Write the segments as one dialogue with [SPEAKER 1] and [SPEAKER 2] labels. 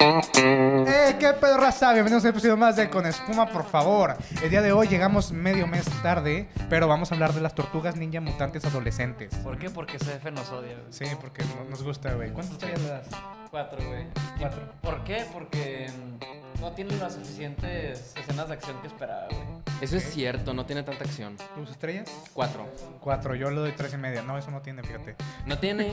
[SPEAKER 1] ¡Eh, qué pedo raza! Bienvenidos a un episodio más de Con Espuma, por favor. El día de hoy llegamos medio mes tarde, pero vamos a hablar de las tortugas ninja mutantes adolescentes.
[SPEAKER 2] ¿Por qué? Porque CF nos odia, güey.
[SPEAKER 1] Sí, porque no- nos gusta, güey. ¿Cuántas estrellas le das?
[SPEAKER 2] Cuatro, güey.
[SPEAKER 1] Cuatro.
[SPEAKER 2] ¿Por qué? Porque mm, no tiene las suficientes escenas de acción que esperaba, güey.
[SPEAKER 3] Eso es cierto, no tiene tanta acción.
[SPEAKER 1] ¿Tus estrellas?
[SPEAKER 3] Cuatro.
[SPEAKER 1] Cuatro. Yo le doy tres y media. No, eso no tiene, fíjate.
[SPEAKER 3] No tiene.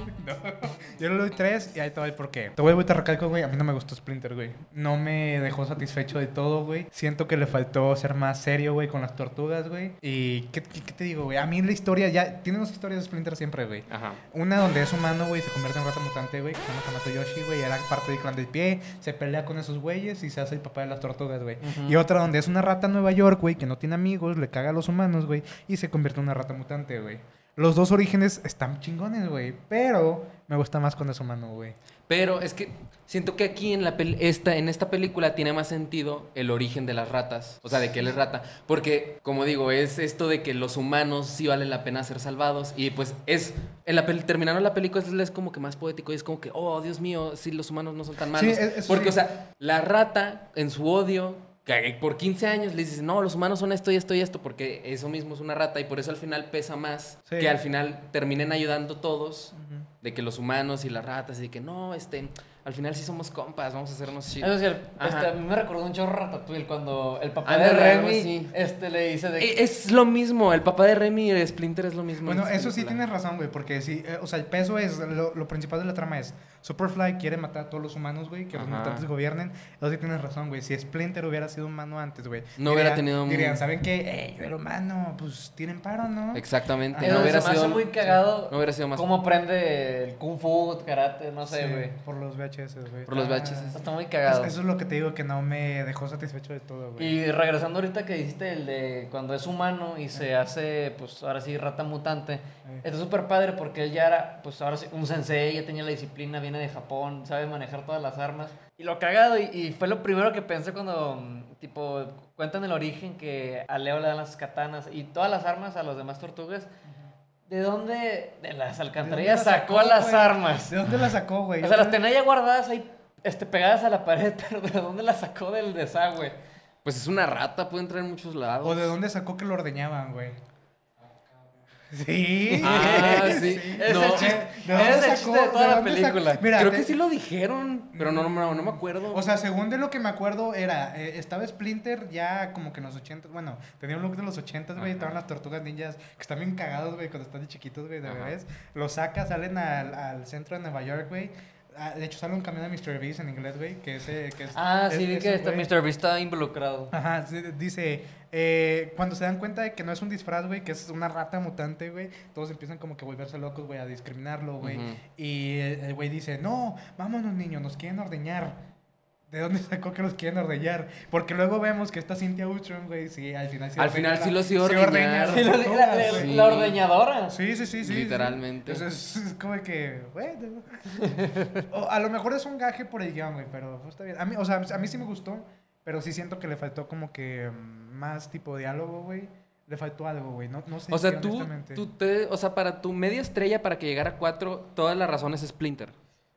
[SPEAKER 1] Yo le doy tres y ahí te voy por qué. Te voy a te recalco, güey. A mí no me gustó Splinter, güey. No me dejó satisfecho de todo, güey. Siento que le faltó ser más serio, güey, con las tortugas, güey. Y qué, qué- qué te digo, güey. A mí la historia ya. Tiene dos historias de Splinter siempre, güey.
[SPEAKER 3] Ajá.
[SPEAKER 1] Una donde es humano, güey, se convierte en rata mutante, güey, que se llama Hamato Yoshi, güey, era parte del clan del pie, se pelea con esos güeyes y se hace el papá de las tortugas, güey. Y otra donde es una rata en Nueva York, güey, que no tiene amigos, le caga a los humanos, güey, y se convierte en una rata mutante, güey. Los dos orígenes están chingones, güey, pero me gusta más cuando es humano, güey.
[SPEAKER 3] Pero es que siento que aquí en, la pel- esta, en esta película tiene más sentido el origen de las ratas. O sea, de que él es rata. Porque, como digo, es esto de que los humanos sí valen la pena ser salvados. Y pues es. En la pel- terminaron la película es, es como que más poético. Y es como que, oh, Dios mío, si los humanos no son tan malos.
[SPEAKER 1] Sí, es- eso
[SPEAKER 3] Porque,
[SPEAKER 1] sí.
[SPEAKER 3] o sea, la rata en su odio. que Por 15 años le dices, no, los humanos son esto y esto y esto, porque eso mismo es una rata y por eso al final pesa más
[SPEAKER 1] Sí.
[SPEAKER 3] que al final terminen ayudando todos de que los humanos y las ratas, y de que no, este, al final sí somos compas, vamos a
[SPEAKER 2] Eso
[SPEAKER 3] hacernos
[SPEAKER 2] es
[SPEAKER 3] chidos.
[SPEAKER 2] cierto.
[SPEAKER 3] Ajá.
[SPEAKER 2] Este, a mí me recordó un chorro Ratatouille cuando el papá
[SPEAKER 3] Ándale,
[SPEAKER 2] de
[SPEAKER 3] algo
[SPEAKER 2] Remy
[SPEAKER 3] así.
[SPEAKER 2] este, le dice de
[SPEAKER 3] E- Es lo mismo, el papá de Remy y de Splinter es lo mismo. en
[SPEAKER 1] Bueno,
[SPEAKER 3] esa
[SPEAKER 1] eso sí
[SPEAKER 3] película.
[SPEAKER 1] tienes razón, güey, porque sí, eh, o sea, el peso es, lo, lo principal de la trama es, Superfly quiere matar a todos los humanos, güey, que los
[SPEAKER 3] Ajá.
[SPEAKER 1] mutantes gobiernen, eso sí tienes razón, güey, si Splinter hubiera sido humano antes, güey.
[SPEAKER 3] No
[SPEAKER 1] dirían-
[SPEAKER 3] hubiera tenido un-
[SPEAKER 1] Dirían, ¿saben qué? Ey, yo era humano, pues tienen paro, ¿no?
[SPEAKER 3] Exactamente,
[SPEAKER 1] Ajá.
[SPEAKER 2] Pero
[SPEAKER 3] no
[SPEAKER 2] se
[SPEAKER 3] hubiera
[SPEAKER 2] me hace
[SPEAKER 3] sido...
[SPEAKER 2] muy cagado
[SPEAKER 3] no hubiera sido más-
[SPEAKER 2] cómo aprende el kung fu, karate, no sé,
[SPEAKER 1] Sí,
[SPEAKER 2] güey.
[SPEAKER 1] Por los VHS, güey.
[SPEAKER 3] Por los
[SPEAKER 1] Ah,
[SPEAKER 3] VHS.
[SPEAKER 2] Está muy
[SPEAKER 1] es-
[SPEAKER 2] cagado.
[SPEAKER 1] Eso es lo que te digo que no me dejó satisfecho de todo, güey.
[SPEAKER 2] Y regresando ahorita que dijiste el de cuando es humano y se hace, pues ahora sí, rata mutante. Está súper padre porque él ya era, pues ahora sí, un sensei, ya tenía la disciplina, viene de Japón, sabe manejar todas las armas. Y lo cagado, y, y fue lo primero que pensé cuando, mm, tipo, cuentan el origen que a Leo le dan las katanas y todas las armas a los demás tortugas. ¿De dónde? De las alcantarillas
[SPEAKER 1] ¿De dónde las
[SPEAKER 2] sacó,
[SPEAKER 1] sacó,
[SPEAKER 2] las
[SPEAKER 1] güey?
[SPEAKER 2] armas.
[SPEAKER 1] ¿De dónde la sacó, güey?
[SPEAKER 2] O sea, las tenía ya guardadas ahí, este, pegadas a la pared, pero ¿de dónde las sacó del desagüe?
[SPEAKER 3] Pues es una rata, puede entrar en muchos lados.
[SPEAKER 1] ¿O de dónde sacó que lo ordeñaban, güey? Sí. eh,
[SPEAKER 3] Ah, sí.
[SPEAKER 2] Ese
[SPEAKER 3] No,
[SPEAKER 2] es el chiste,
[SPEAKER 1] ¿De dónde
[SPEAKER 2] ese es el
[SPEAKER 1] sacó-
[SPEAKER 2] chiste de toda
[SPEAKER 1] de
[SPEAKER 2] la
[SPEAKER 1] dónde sacó?
[SPEAKER 2] película.
[SPEAKER 1] Mira,
[SPEAKER 3] Creo
[SPEAKER 1] te-
[SPEAKER 3] que sí lo dijeron, pero no, no, no me acuerdo.
[SPEAKER 1] O sea, según de lo que me acuerdo era, eh, estaba Splinter ya como que en los 80, bueno, tenía un look de los 80, güey, estaban las tortugas ninjas que están bien cagados, güey, cuando están de chiquitos, güey, de
[SPEAKER 3] Ajá.
[SPEAKER 1] bebés. Los saca, salen al, al centro de Nueva York, güey. Ah, De hecho, sale un camión de Mr. Beast en inglés, güey, que ese... Que es,
[SPEAKER 2] Ah,
[SPEAKER 1] es-
[SPEAKER 2] sí, vi
[SPEAKER 1] es
[SPEAKER 2] que
[SPEAKER 1] un
[SPEAKER 2] este
[SPEAKER 1] güey.
[SPEAKER 2] Mr. Beast estaba involucrado.
[SPEAKER 1] Ajá, sí, dice, eh, cuando se dan cuenta de que no es un disfraz, güey, que es una rata mutante, güey, todos empiezan como que a volverse locos, güey, a discriminarlo, güey.
[SPEAKER 3] Ujú.
[SPEAKER 1] Y el el güey dice, no, vámonos niños, nos quieren ordeñar. ¿De dónde sacó que los quieren ordeñar? Porque luego vemos que esta Cynthia Utron, güey, sí, al final sí
[SPEAKER 3] Al final sí los iba a ordeñar.
[SPEAKER 1] las
[SPEAKER 2] Sí, la, la-
[SPEAKER 1] tortugas,
[SPEAKER 2] la-
[SPEAKER 1] güey.
[SPEAKER 3] Sí.
[SPEAKER 2] la ordeñadora.
[SPEAKER 1] Sí, sí, sí, sí.
[SPEAKER 3] Literalmente.
[SPEAKER 1] sí. Es, es como que, bueno. O a lo mejor es un gaje por el guión, güey, pero pues, está bien. A mí, o sea, a mí sí me gustó, pero sí siento que le faltó como que mm, más tipo diálogo, güey. Le faltó algo, güey. No, no sé.
[SPEAKER 3] O
[SPEAKER 1] qué,
[SPEAKER 3] sea, tú,
[SPEAKER 1] honestamente.
[SPEAKER 3] tú te, o sea, para tu media estrella, para que llegara a cuatro, todas las razones es Splinter.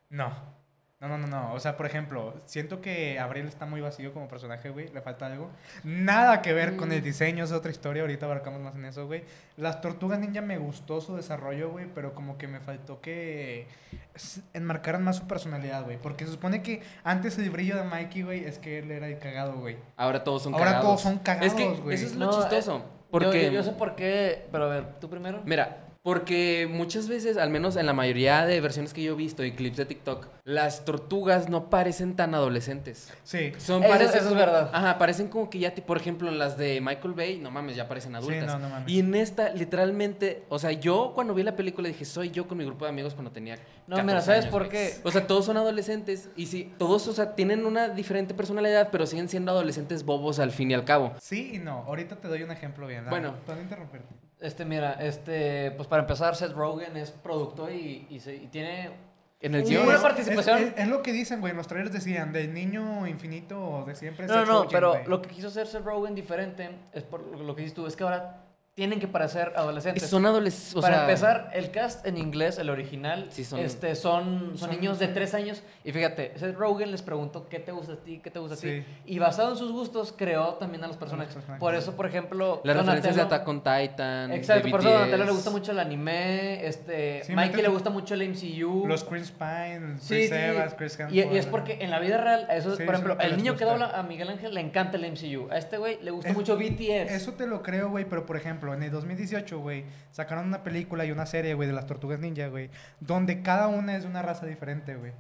[SPEAKER 1] No. No, no, no, no. O sea, por ejemplo, siento que Abril está muy vacío como personaje, güey. Le falta algo. Nada que ver con el diseño, es otra historia. Ahorita abarcamos más en eso, güey. Las Tortugas Ninja me gustó su desarrollo, güey, pero como que me faltó que s- enmarcaran más su personalidad, güey. Porque se supone que antes el brillo de Mikey, güey, es que él era el cagado, güey.
[SPEAKER 3] Ahora todos son
[SPEAKER 1] Ahora
[SPEAKER 3] cagados.
[SPEAKER 1] todos son cagados,
[SPEAKER 3] Es que
[SPEAKER 1] güey.
[SPEAKER 3] eso es lo
[SPEAKER 2] No,
[SPEAKER 3] chistoso.
[SPEAKER 2] eh,
[SPEAKER 3] Porque...
[SPEAKER 2] Yo, yo sé por qué, pero a ver, tú primero.
[SPEAKER 3] Mira, porque muchas veces, al menos en la mayoría de versiones que yo he visto y clips de TikTok, las tortugas no parecen tan adolescentes.
[SPEAKER 1] Sí.
[SPEAKER 3] Son,
[SPEAKER 2] Eso-
[SPEAKER 3] parecen
[SPEAKER 2] eso es
[SPEAKER 3] como-
[SPEAKER 2] verdad.
[SPEAKER 3] Ajá, parecen como que ya, ti- por ejemplo, las de Michael Bay, no mames, ya parecen adultas.
[SPEAKER 1] no, no mames.
[SPEAKER 3] Y en esta, literalmente, o sea, yo cuando vi la película dije, soy yo con mi grupo de amigos cuando tenía.
[SPEAKER 2] No,
[SPEAKER 3] 14
[SPEAKER 2] mira, ¿sabes
[SPEAKER 3] años,
[SPEAKER 2] por
[SPEAKER 3] güey".
[SPEAKER 2] qué?
[SPEAKER 3] O sea, todos son adolescentes y sí, todos, o sea, tienen una diferente personalidad, pero siguen siendo adolescentes bobos al fin y al cabo.
[SPEAKER 1] Sí y no. Ahorita te doy un ejemplo bien. Ah,
[SPEAKER 3] Bueno.
[SPEAKER 1] Para no interrumpirte.
[SPEAKER 2] Este, mira, este, pues para empezar, Seth Rogen es productor y, y, se- y tiene...
[SPEAKER 3] En el
[SPEAKER 2] Sí,
[SPEAKER 3] guión.
[SPEAKER 2] una
[SPEAKER 1] es-
[SPEAKER 2] participación-
[SPEAKER 1] Es, es- es lo que dicen, güey. En los trailers decían, del niño infinito o de siempre.
[SPEAKER 2] No,
[SPEAKER 1] Seth
[SPEAKER 2] no,
[SPEAKER 1] Rogen,
[SPEAKER 2] pero
[SPEAKER 1] güey.
[SPEAKER 2] lo que quiso hacer Seth Rogen diferente es por lo que dices tú, es que ahora tienen que parecer adolescentes.
[SPEAKER 3] Son adolescentes.
[SPEAKER 2] Para empezar, el cast en inglés, el original,
[SPEAKER 3] Sí, son-
[SPEAKER 2] este, son, son
[SPEAKER 1] son-
[SPEAKER 2] niños de 3 años. Y fíjate, Seth Rogen les preguntó qué te gusta a ti, qué te gusta a
[SPEAKER 1] Sí.
[SPEAKER 2] ti. Y basado en sus gustos, creó también a los personajes.
[SPEAKER 1] personajes.
[SPEAKER 2] Por eso, por ejemplo,
[SPEAKER 3] Las referencias de
[SPEAKER 2] Donatello-
[SPEAKER 3] Attack on Titan.
[SPEAKER 2] Exacto,
[SPEAKER 3] de
[SPEAKER 2] por eso a Donatello
[SPEAKER 3] BTS.
[SPEAKER 2] le gusta mucho el anime, este,
[SPEAKER 1] Sí,
[SPEAKER 2] Mikey
[SPEAKER 1] meten-
[SPEAKER 2] le gusta mucho el MCU.
[SPEAKER 1] Los Chris Pine, Chris
[SPEAKER 2] Sí, sí,
[SPEAKER 1] Evans, Chris
[SPEAKER 2] y,
[SPEAKER 1] Hemsworth.
[SPEAKER 2] y es porque en la vida real, a eso,
[SPEAKER 1] Sí, eso es
[SPEAKER 2] por ejemplo,
[SPEAKER 1] lo que
[SPEAKER 2] el
[SPEAKER 1] les
[SPEAKER 2] niño que
[SPEAKER 1] gusta.
[SPEAKER 2] dobla a Miguel Ángel le encanta el MCU. A este güey le gusta
[SPEAKER 1] Es-
[SPEAKER 2] mucho BTS.
[SPEAKER 1] Eso te lo creo, güey, pero por ejemplo, en el 2018, güey, sacaron una película y una serie, güey, de las tortugas ninja, güey, donde cada una es de una raza diferente, güey.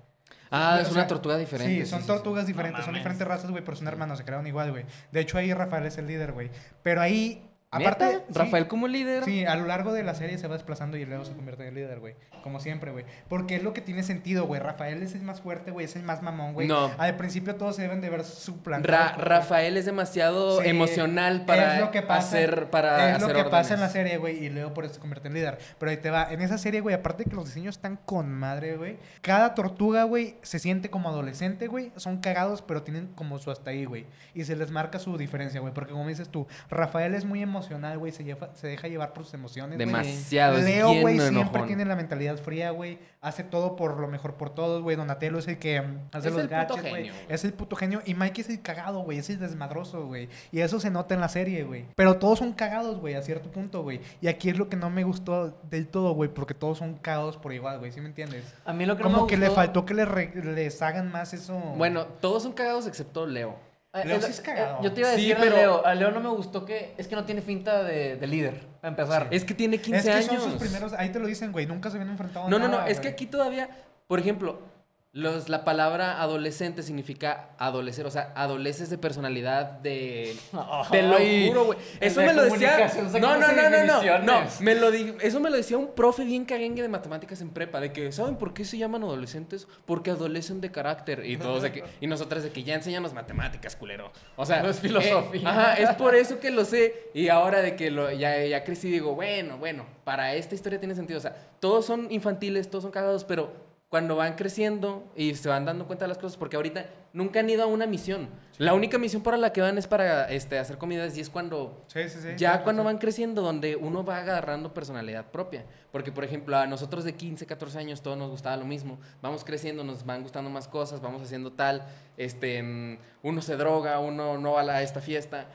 [SPEAKER 3] Ah,
[SPEAKER 1] O
[SPEAKER 3] es
[SPEAKER 1] sea,
[SPEAKER 3] una tortuga diferente.
[SPEAKER 1] Sí, son
[SPEAKER 3] sí, sí.
[SPEAKER 1] tortugas diferentes,
[SPEAKER 2] No
[SPEAKER 1] son
[SPEAKER 2] mames.
[SPEAKER 1] diferentes razas, güey, pero son hermanos, se crearon igual, güey. De hecho, ahí Rafael es el líder, güey. Pero ahí,
[SPEAKER 3] ¿Neta?
[SPEAKER 1] aparte. sí,
[SPEAKER 3] Rafael como líder.
[SPEAKER 1] Sí, a lo largo de la serie se va desplazando y luego se convierte en el líder, güey. Como siempre, güey. Porque es lo que tiene sentido, güey. Rafael es el más fuerte, güey. Es el más mamón, güey.
[SPEAKER 3] No.
[SPEAKER 1] Al principio todos se deben de ver su plan.
[SPEAKER 3] Ra- Rafael es demasiado
[SPEAKER 1] Sí,
[SPEAKER 3] emocional para
[SPEAKER 1] es lo que pasa,
[SPEAKER 3] hacer para
[SPEAKER 1] es lo
[SPEAKER 3] hacer
[SPEAKER 1] que pasa en la
[SPEAKER 3] órdenes.
[SPEAKER 1] serie, güey, y luego por eso se convierte en líder. Pero ahí te va, en esa serie, güey, aparte de que los diseños están con madre, güey, cada tortuga, güey, se siente como adolescente, güey, son cagados, pero tienen como su hasta ahí, güey, y se les marca su diferencia, güey, porque como dices tú, Rafael es muy emocional, güey, se, lleva- se deja llevar por sus emociones, güey.
[SPEAKER 3] demasiado es
[SPEAKER 1] Leo,
[SPEAKER 3] lleno
[SPEAKER 1] güey,
[SPEAKER 3] de
[SPEAKER 1] siempre
[SPEAKER 3] enojón.
[SPEAKER 1] tiene la mentalidad fría, güey. Hace todo por lo mejor por todos, güey. Donatello es el que mm, hace
[SPEAKER 3] Es
[SPEAKER 1] los
[SPEAKER 3] el puto
[SPEAKER 1] gaches, güey.
[SPEAKER 3] genio, güey.
[SPEAKER 1] Es el puto genio. Y Mike es el cagado, güey. Es el desmadroso, güey. Y eso se nota en la serie, güey. Pero todos son cagados, güey, a cierto punto, güey. Y aquí es lo que no me gustó del todo, güey. Porque todos son cagados por igual, güey. ¿Sí me entiendes?
[SPEAKER 2] a mí lo que no
[SPEAKER 1] Como
[SPEAKER 2] me
[SPEAKER 1] que le
[SPEAKER 2] gustó-
[SPEAKER 1] faltó que le re- les hagan más eso.
[SPEAKER 3] Bueno, todos son cagados excepto Leo.
[SPEAKER 2] Eh,
[SPEAKER 1] Leo
[SPEAKER 2] eh,
[SPEAKER 1] sí es cagado.
[SPEAKER 2] eh, Yo te iba a
[SPEAKER 3] Sí,
[SPEAKER 2] decir
[SPEAKER 3] pero-
[SPEAKER 2] a Leo. A Leo no me gustó que. Es que no tiene finta de, de líder, para empezar.
[SPEAKER 3] Es que tiene 15
[SPEAKER 1] es que
[SPEAKER 3] años.
[SPEAKER 1] son sus primeros. Ahí te lo dicen, güey. Nunca se habían enfrentado a
[SPEAKER 3] No, no, no,
[SPEAKER 1] nada,
[SPEAKER 3] es que
[SPEAKER 1] güey.
[SPEAKER 3] aquí todavía, por ejemplo, los, la palabra adolescente significa adolecer, o sea, adoleces de personalidad, de... Te lo
[SPEAKER 2] Ay,
[SPEAKER 3] juro, güey.
[SPEAKER 2] el
[SPEAKER 3] Eso
[SPEAKER 2] de
[SPEAKER 3] me lo decía.
[SPEAKER 2] comunicación, saca
[SPEAKER 3] No, no,
[SPEAKER 2] esas
[SPEAKER 3] no, no, no. No,
[SPEAKER 2] definiciones.
[SPEAKER 3] me lo di- eso me lo decía un profe bien caguengue de matemáticas en prepa, de que ¿saben por qué se llaman adolescentes? Porque adolecen de carácter y todos de que y nosotras de que ya enséñanos matemáticas, culero. O sea,
[SPEAKER 2] No es
[SPEAKER 3] eh,
[SPEAKER 2] filosofía.
[SPEAKER 3] ajá, es por eso que lo sé y ahora de que lo, ya ya crecí digo, bueno, bueno, para esta historia tiene sentido, o sea, todos son infantiles, todos son cagados, pero cuando van creciendo y se van dando cuenta de las cosas, porque ahorita nunca han ido a una misión. La única misión para la que van es para este, hacer comidas y es cuando
[SPEAKER 1] Sí, sí, sí.
[SPEAKER 3] ya
[SPEAKER 1] Sí,
[SPEAKER 3] cuando
[SPEAKER 1] sí.
[SPEAKER 3] van creciendo, donde uno va agarrando personalidad propia. Porque, por ejemplo, a nosotros de 15, 14 años, todos nos gustaba lo mismo. Vamos creciendo, nos van gustando más cosas, vamos haciendo tal. Este, mm, uno se droga, uno no va a la- a esta fiesta.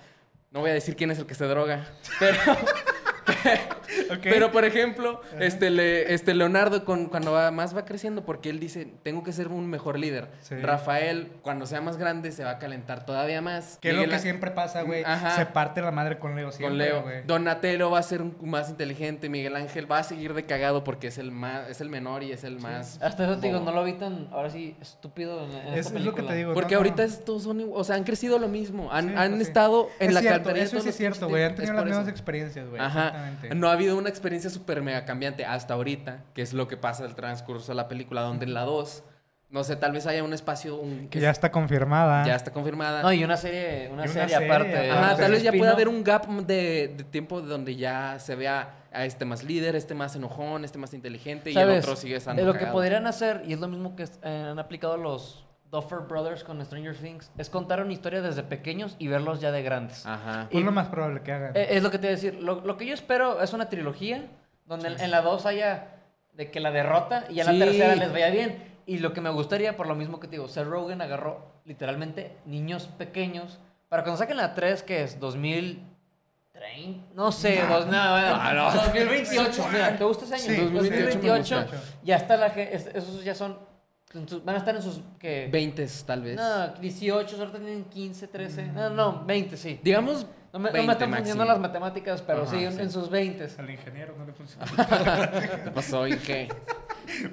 [SPEAKER 3] No voy a decir quién es el que se droga. Pero,
[SPEAKER 1] Ok.
[SPEAKER 3] pero, por ejemplo, este, le- este Leonardo, con, cuando va- más va creciendo, porque él dice, tengo que ser un mejor líder.
[SPEAKER 1] Sí.
[SPEAKER 3] Rafael, cuando sea más grande, se va a calentar todavía más.
[SPEAKER 1] Que es lo
[SPEAKER 3] Miguel
[SPEAKER 1] que
[SPEAKER 3] Á-
[SPEAKER 1] siempre pasa, güey.
[SPEAKER 3] Ajá.
[SPEAKER 1] Se parte la madre con Leo siempre,
[SPEAKER 3] con Leo.
[SPEAKER 1] güey.
[SPEAKER 3] Donatello va a ser un- más inteligente, Miguel Ángel va a seguir de cagado porque es el más, es el menor y es el más.
[SPEAKER 1] Ah,
[SPEAKER 2] Hasta eso te digo,
[SPEAKER 3] bobo.
[SPEAKER 2] no lo vi tan. Ahora sí, estúpido en, en
[SPEAKER 1] Es,
[SPEAKER 2] esta
[SPEAKER 1] es lo que
[SPEAKER 2] película.
[SPEAKER 1] te digo.
[SPEAKER 3] Porque
[SPEAKER 1] no, no.
[SPEAKER 3] ahorita estos son, igu- o sea, han crecido lo mismo, han,
[SPEAKER 1] Sí,
[SPEAKER 3] han
[SPEAKER 1] pues sí.
[SPEAKER 3] estado en
[SPEAKER 1] Es
[SPEAKER 3] la
[SPEAKER 1] cierto,
[SPEAKER 3] cartera. de
[SPEAKER 1] Eso
[SPEAKER 3] todos
[SPEAKER 1] sí es
[SPEAKER 3] los
[SPEAKER 1] cierto,
[SPEAKER 3] pinches
[SPEAKER 1] güey. Han
[SPEAKER 3] tiempos,
[SPEAKER 1] tenido
[SPEAKER 3] es
[SPEAKER 1] las
[SPEAKER 3] por
[SPEAKER 1] mismas
[SPEAKER 3] eso.
[SPEAKER 1] experiencias, güey.
[SPEAKER 3] Ajá.
[SPEAKER 1] exactamente.
[SPEAKER 3] No ha habido una experiencia super mega cambiante hasta ahorita, que es lo que pasa el transcurso de la película, donde en la 2, no sé, tal vez haya un espacio un,
[SPEAKER 1] Que ya está confirmada.
[SPEAKER 3] ya está confirmada.
[SPEAKER 2] No, y una serie, una,
[SPEAKER 1] Y una
[SPEAKER 2] serie,
[SPEAKER 1] serie
[SPEAKER 2] aparte.
[SPEAKER 1] aparte.
[SPEAKER 3] Ajá,
[SPEAKER 1] Pero
[SPEAKER 3] tal vez ya pueda
[SPEAKER 2] Eh, spin-off.
[SPEAKER 3] haber un gap de, de tiempo donde ya se vea a este más líder, este más enojón, este más inteligente y el
[SPEAKER 2] ¿Sabes?
[SPEAKER 3] otro sigue estando.
[SPEAKER 2] Eh, Lo que
[SPEAKER 3] cagado.
[SPEAKER 2] podrían hacer, y es lo mismo que eh, han aplicado los Duffer Brothers con Stranger Things, es contar una historia desde pequeños y verlos ya de grandes.
[SPEAKER 3] Ajá.
[SPEAKER 1] Es
[SPEAKER 2] y-
[SPEAKER 1] Pues lo más probable que hagan.
[SPEAKER 2] Eh, es lo que te iba a decir. Lo, lo que yo espero es una trilogía donde en, en la 2 haya de que la derrota y en
[SPEAKER 3] Sí.
[SPEAKER 2] la tercera les vaya bien. Y lo que me gustaría, por lo mismo que te digo, Seth Rogen agarró literalmente niños pequeños para cuando saquen la 3, que es 2030, no sé, dos- no, bueno,
[SPEAKER 3] No, no.
[SPEAKER 2] 2028. Mira, ¿te gusta ese año?
[SPEAKER 1] Sí,
[SPEAKER 2] 2028,
[SPEAKER 1] 2028.
[SPEAKER 2] ya está la ge- es- esos ya son en sus- van a estar en sus que
[SPEAKER 3] 20 tal vez.
[SPEAKER 2] no, 18, ahorita tienen 15, 13. No, no, 20, sí.
[SPEAKER 3] Digamos,
[SPEAKER 2] No me, no me
[SPEAKER 3] 20
[SPEAKER 2] están funcionando
[SPEAKER 3] máximo.
[SPEAKER 2] las matemáticas, pero
[SPEAKER 3] Ajá,
[SPEAKER 2] sí, en-
[SPEAKER 3] sí.
[SPEAKER 2] en sus 20.
[SPEAKER 1] Al ingeniero no le funciona.
[SPEAKER 3] ¿Qué pasó y qué?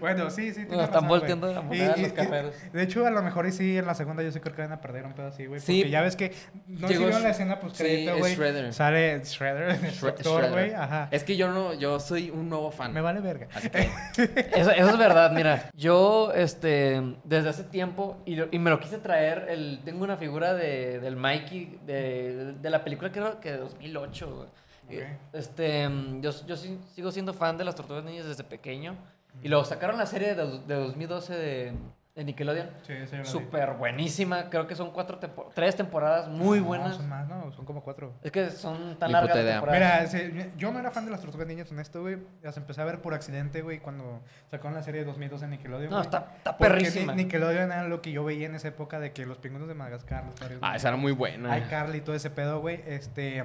[SPEAKER 1] bueno, sí, sí. tienes
[SPEAKER 2] Nos están
[SPEAKER 1] razón, güey.
[SPEAKER 2] volteando la
[SPEAKER 1] Y-
[SPEAKER 2] moneda
[SPEAKER 1] y-
[SPEAKER 2] los
[SPEAKER 1] y-
[SPEAKER 2] carreros.
[SPEAKER 1] De hecho, a lo mejor y sí, en la segunda yo sí creo que van a perder un pedo así, güey.
[SPEAKER 3] Sí.
[SPEAKER 1] Porque ya ves que. No sé si
[SPEAKER 3] Llegó
[SPEAKER 1] vieron la
[SPEAKER 3] Sh-
[SPEAKER 1] escena post
[SPEAKER 3] sí, es
[SPEAKER 1] güey.
[SPEAKER 3] Shredder.
[SPEAKER 1] Sale Shredder, el
[SPEAKER 3] Shre-
[SPEAKER 1] doctor,
[SPEAKER 3] Shredder.
[SPEAKER 1] güey. Ajá.
[SPEAKER 3] Es que yo no, yo soy un nuevo fan.
[SPEAKER 1] Me vale verga.
[SPEAKER 3] Así que-
[SPEAKER 2] Eso, eso es verdad, mira. Yo, este, desde hace tiempo, y, lo- y me lo quise traer, el, tengo una figura de, del Mikey, de, de la película creo que de 2008, güey.
[SPEAKER 1] Ok.
[SPEAKER 2] Este, mm, yo, yo sí- sigo siendo fan de las Tortugas Niñas desde pequeño. Y luego sacaron la serie de, de 2012 de, de Nickelodeon.
[SPEAKER 1] Sí, esa yo la vi.
[SPEAKER 2] Súper buenísima. Creo que son cuatro tempo- tres temporadas muy
[SPEAKER 1] No,
[SPEAKER 2] buenas.
[SPEAKER 1] son más, no, son como cuatro.
[SPEAKER 2] Es que son tan
[SPEAKER 3] Ni
[SPEAKER 2] largas
[SPEAKER 3] puta
[SPEAKER 2] las
[SPEAKER 3] idea.
[SPEAKER 2] temporadas.
[SPEAKER 1] Mira, se- yo no era fan de las tortugas ninjas, honesto, güey. Las empecé a ver por accidente, güey, cuando sacaron la serie de 2012 en Nickelodeon.
[SPEAKER 2] no,
[SPEAKER 1] güey.
[SPEAKER 2] está, está
[SPEAKER 1] Porque
[SPEAKER 2] perrísima.
[SPEAKER 1] Ni- Nickelodeon era lo que yo veía en esa época de que los pingüinos de Madagascar, los parios,
[SPEAKER 3] Ah, esa era muy buena.
[SPEAKER 1] iCarly y todo ese pedo, güey. Este,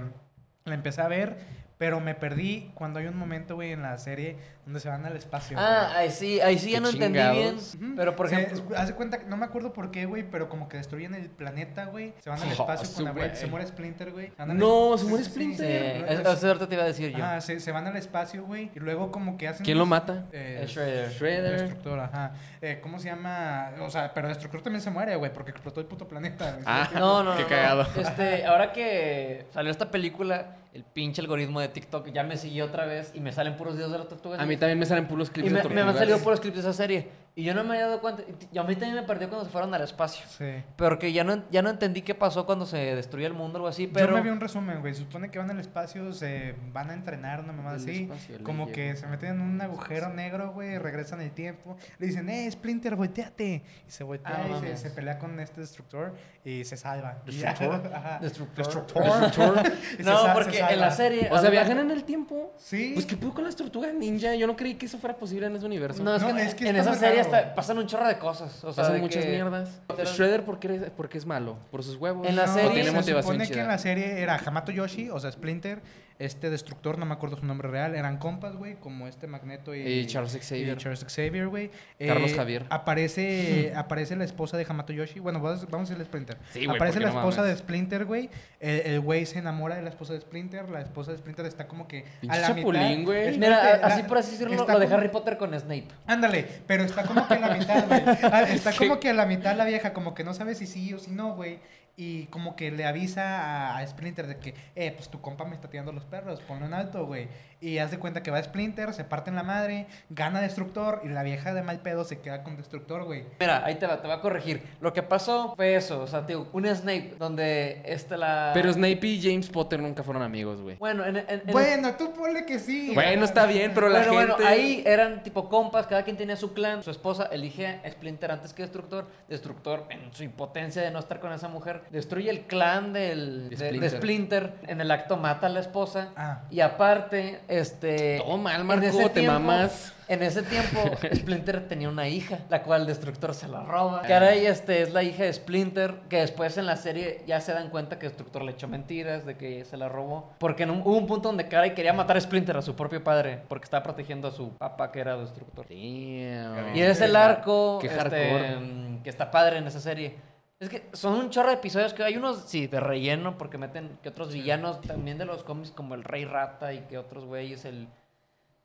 [SPEAKER 1] la empecé a ver, pero me perdí cuando hay un momento, güey, en la serie donde se van al espacio.
[SPEAKER 2] Ah,
[SPEAKER 1] güey.
[SPEAKER 2] ahí sí, ahí sí ya
[SPEAKER 3] Qué
[SPEAKER 2] no
[SPEAKER 3] chingados.
[SPEAKER 2] entendí bien.
[SPEAKER 1] Ujú.
[SPEAKER 2] Pero por
[SPEAKER 1] Se-
[SPEAKER 2] ejemplo,
[SPEAKER 1] hace cuenta, que- no me acuerdo por qué, güey, pero como que destruyen el planeta, güey. Se van al
[SPEAKER 3] Oh,
[SPEAKER 1] espacio
[SPEAKER 3] su
[SPEAKER 1] con Abril,
[SPEAKER 3] güey.
[SPEAKER 1] se muere Splinter, güey. Andan-
[SPEAKER 3] No, se muere
[SPEAKER 1] Sí, sí,
[SPEAKER 2] Sí,
[SPEAKER 3] Splinter.
[SPEAKER 1] no,
[SPEAKER 2] es-
[SPEAKER 1] es- Ah,
[SPEAKER 2] eso ahorita te iba a decir yo.
[SPEAKER 1] Ajá, se, se van al espacio, güey, y luego como que hacen...
[SPEAKER 3] ¿Quién lo mata?
[SPEAKER 1] Eh,
[SPEAKER 2] Es Shredder.
[SPEAKER 1] El
[SPEAKER 3] Shredder.
[SPEAKER 1] Destructor, ajá. Eh, ¿Cómo se llama? O sea, pero Destructor también se muere, güey, porque explotó el puto planeta. güey.
[SPEAKER 3] Ah.
[SPEAKER 2] No, no, no.
[SPEAKER 3] Qué
[SPEAKER 2] no.
[SPEAKER 3] cagado.
[SPEAKER 2] Este, ahora que salió esta película, el pinche algoritmo de TikTok ya me siguió otra vez y me salen puros videos de la tortuga.
[SPEAKER 3] A mí también me salen puros clips
[SPEAKER 2] Y
[SPEAKER 3] de
[SPEAKER 2] me, me han
[SPEAKER 3] tortugas.
[SPEAKER 2] salido puros clips de esa serie. Y yo no me había dado cuenta. Y t- Y a mí también me perdió cuando se fueron al espacio.
[SPEAKER 1] Sí.
[SPEAKER 2] Pero que ya no, ya no entendí qué pasó cuando se destruyó el mundo o algo así.
[SPEAKER 1] Yo
[SPEAKER 2] Pero
[SPEAKER 1] me vi un resumen, güey. Supone que van al espacio, se van a entrenar, una mamada
[SPEAKER 3] El
[SPEAKER 1] así.
[SPEAKER 3] espacio, la
[SPEAKER 1] como que
[SPEAKER 3] llevo.
[SPEAKER 1] se meten en un agujero negro, güey. Regresan el tiempo. Le dicen, eh, Splinter, volteate. Y se voltea
[SPEAKER 2] Ah,
[SPEAKER 1] y se,
[SPEAKER 2] mames.
[SPEAKER 1] se pelea con este destructor y se salva. Y ya.
[SPEAKER 3] ¿Destructor?
[SPEAKER 1] Ajá.
[SPEAKER 2] Destructor.
[SPEAKER 1] Destructor. Y se
[SPEAKER 2] no,
[SPEAKER 1] sa- se
[SPEAKER 2] porque en
[SPEAKER 1] salva.
[SPEAKER 2] la serie.
[SPEAKER 3] O sea,
[SPEAKER 2] habla-
[SPEAKER 3] viajan en el tiempo.
[SPEAKER 1] Sí.
[SPEAKER 3] Pues qué pudo con las tortugas ninja. Yo no creí que eso fuera posible en ese universo.
[SPEAKER 2] No, es,
[SPEAKER 1] No,
[SPEAKER 2] que,
[SPEAKER 1] es que
[SPEAKER 2] en
[SPEAKER 1] está
[SPEAKER 2] esa
[SPEAKER 1] muy
[SPEAKER 2] serie
[SPEAKER 1] raro.
[SPEAKER 2] hasta pasan un chorro de cosas. O sea,
[SPEAKER 3] Pasan
[SPEAKER 2] de
[SPEAKER 3] muchas
[SPEAKER 2] que-
[SPEAKER 3] mierdas. Shredder, ¿por qué, eres- por qué es malo? ¿Por sus huevos?
[SPEAKER 2] En la
[SPEAKER 3] ¿O
[SPEAKER 2] serie-
[SPEAKER 3] tiene
[SPEAKER 1] se
[SPEAKER 3] motivación
[SPEAKER 1] supone que
[SPEAKER 3] chida?
[SPEAKER 1] en la serie era Hamato Yoshi, o sea, Splinter, este destructor, no me acuerdo su nombre real, eran compas, güey, como este Magneto y,
[SPEAKER 3] Y Charles
[SPEAKER 1] y
[SPEAKER 3] Xavier.
[SPEAKER 1] Charles Xavier, güey. Eh,
[SPEAKER 3] Carlos Javier.
[SPEAKER 1] Aparece, aparece la esposa de Hamato Yoshi. Bueno, vamos, vamos a decirle Splinter.
[SPEAKER 3] Sí, güey,
[SPEAKER 1] aparece
[SPEAKER 3] porque
[SPEAKER 1] la
[SPEAKER 3] no
[SPEAKER 1] esposa
[SPEAKER 3] mames.
[SPEAKER 1] de Splinter, güey. El el güey se enamora de la esposa de Splinter. La esposa de Splinter está como que.
[SPEAKER 3] Pinche
[SPEAKER 1] a la mitad.
[SPEAKER 3] chapulín, güey.
[SPEAKER 1] Espérate,
[SPEAKER 2] Mira,
[SPEAKER 1] la-
[SPEAKER 2] a- así por así decirlo,
[SPEAKER 1] está
[SPEAKER 2] lo de
[SPEAKER 1] como-
[SPEAKER 2] Harry Potter con Snape.
[SPEAKER 1] Ándale, pero está como que a la mitad, güey. Ah, Está como que a la mitad la vieja, como que no sabe si sí o si no, güey. Y como que le avisa a, a Splinter de que, eh, pues tu compa me está tirando los perros, ponlo en alto, güey. Y haz de cuenta que va Splinter, se parte en la madre, gana Destructor y la vieja de mal pedo se queda con Destructor, güey.
[SPEAKER 2] Mira, ahí te va, te va a corregir. Lo que pasó fue eso, o sea, tío, un Snape donde este la...
[SPEAKER 3] Pero Snape y James Potter nunca fueron amigos, güey.
[SPEAKER 2] Bueno, en, en- en-
[SPEAKER 1] Bueno, tú ponle que sí.
[SPEAKER 3] Bueno, está bien, pero la
[SPEAKER 2] bueno,
[SPEAKER 3] gente...
[SPEAKER 2] bueno, ahí eran tipo compas, cada quien tenía su clan, su esposa elige a Splinter antes que Destructor, Destructor en su impotencia de no estar con esa mujer, destruye el clan del, de- de Splinter.
[SPEAKER 3] Splinter.
[SPEAKER 2] en el acto mata a la esposa
[SPEAKER 1] Ah.
[SPEAKER 2] y aparte, este...
[SPEAKER 3] Todo mal,
[SPEAKER 2] en
[SPEAKER 3] Marco,
[SPEAKER 2] ese
[SPEAKER 3] te mamás.
[SPEAKER 2] En ese tiempo, Splinter tenía una hija, la cual Destructor se la roba.
[SPEAKER 3] Ah.
[SPEAKER 2] Caray, este es la hija de Splinter, que después en la serie ya se dan cuenta que Destructor le echó mentiras, de que se la robó. Porque en un- hubo un punto donde Caray quería matar a Splinter, a su propio padre, porque estaba protegiendo a su papá, que era Destructor.
[SPEAKER 3] Damn.
[SPEAKER 2] Y es el arco
[SPEAKER 3] Qué
[SPEAKER 2] este,
[SPEAKER 3] Eh, hardcore.
[SPEAKER 2] mm, que está padre en esa serie. Es que son un chorro de episodios que hay unos, sí, de relleno, porque meten que otros villanos también de los cómics, como el Rey Rata y que otros güeyes, el,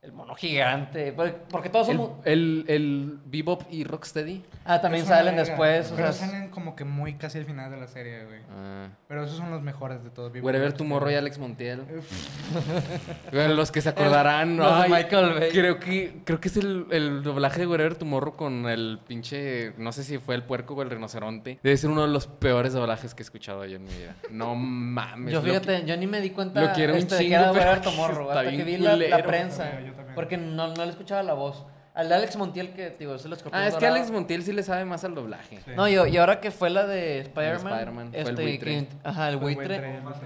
[SPEAKER 2] el mono gigante. porque- Porque todos
[SPEAKER 3] El,
[SPEAKER 2] somos.
[SPEAKER 3] el, el Bebop y Rocksteady.
[SPEAKER 2] Ah, también
[SPEAKER 1] Eso no
[SPEAKER 2] salen
[SPEAKER 1] era,
[SPEAKER 2] después. o
[SPEAKER 1] Pero
[SPEAKER 2] sea,
[SPEAKER 1] salen como que muy casi al final de la serie, güey.
[SPEAKER 3] Ah.
[SPEAKER 1] Pero esos son los mejores de todos. Vivo
[SPEAKER 3] Wherever
[SPEAKER 1] Rock.
[SPEAKER 3] Tomorrow y Alex Montiel.
[SPEAKER 1] Uf,
[SPEAKER 3] Bueno, los que se acordarán.
[SPEAKER 2] Los de
[SPEAKER 3] ay,
[SPEAKER 2] Michael Bay.
[SPEAKER 3] Creo que, creo que es el, el doblaje de Wherever Tomorrow con el pinche. No sé si fue el puerco o el rinoceronte. Debe ser uno de los peores doblajes que he escuchado yo en mi vida. No mames.
[SPEAKER 2] Yo
[SPEAKER 3] lo que-
[SPEAKER 2] fíjate, yo ni me di cuenta
[SPEAKER 3] lo quiero un
[SPEAKER 2] este, de que
[SPEAKER 3] chingo,
[SPEAKER 2] era
[SPEAKER 3] pero
[SPEAKER 2] Roberto Morro,
[SPEAKER 3] está
[SPEAKER 2] hasta que
[SPEAKER 3] bien
[SPEAKER 2] vi la, la
[SPEAKER 3] culero.
[SPEAKER 2] prensa.
[SPEAKER 1] Yo también, yo también.
[SPEAKER 2] Porque no, no le escuchaba la voz. Al de Alex Montiel, que digo, es el escorpión
[SPEAKER 3] Ah, es que
[SPEAKER 2] dorado.
[SPEAKER 3] Alex Montiel sí le sabe más al doblaje.
[SPEAKER 1] sí.
[SPEAKER 2] No, yo, y ahora que fue la de Spider-Man.
[SPEAKER 3] Spider-Man, fue el
[SPEAKER 2] este,
[SPEAKER 3] buitre.
[SPEAKER 2] que- ajá, el
[SPEAKER 1] fue buen
[SPEAKER 2] buitre.
[SPEAKER 1] tren, no sé.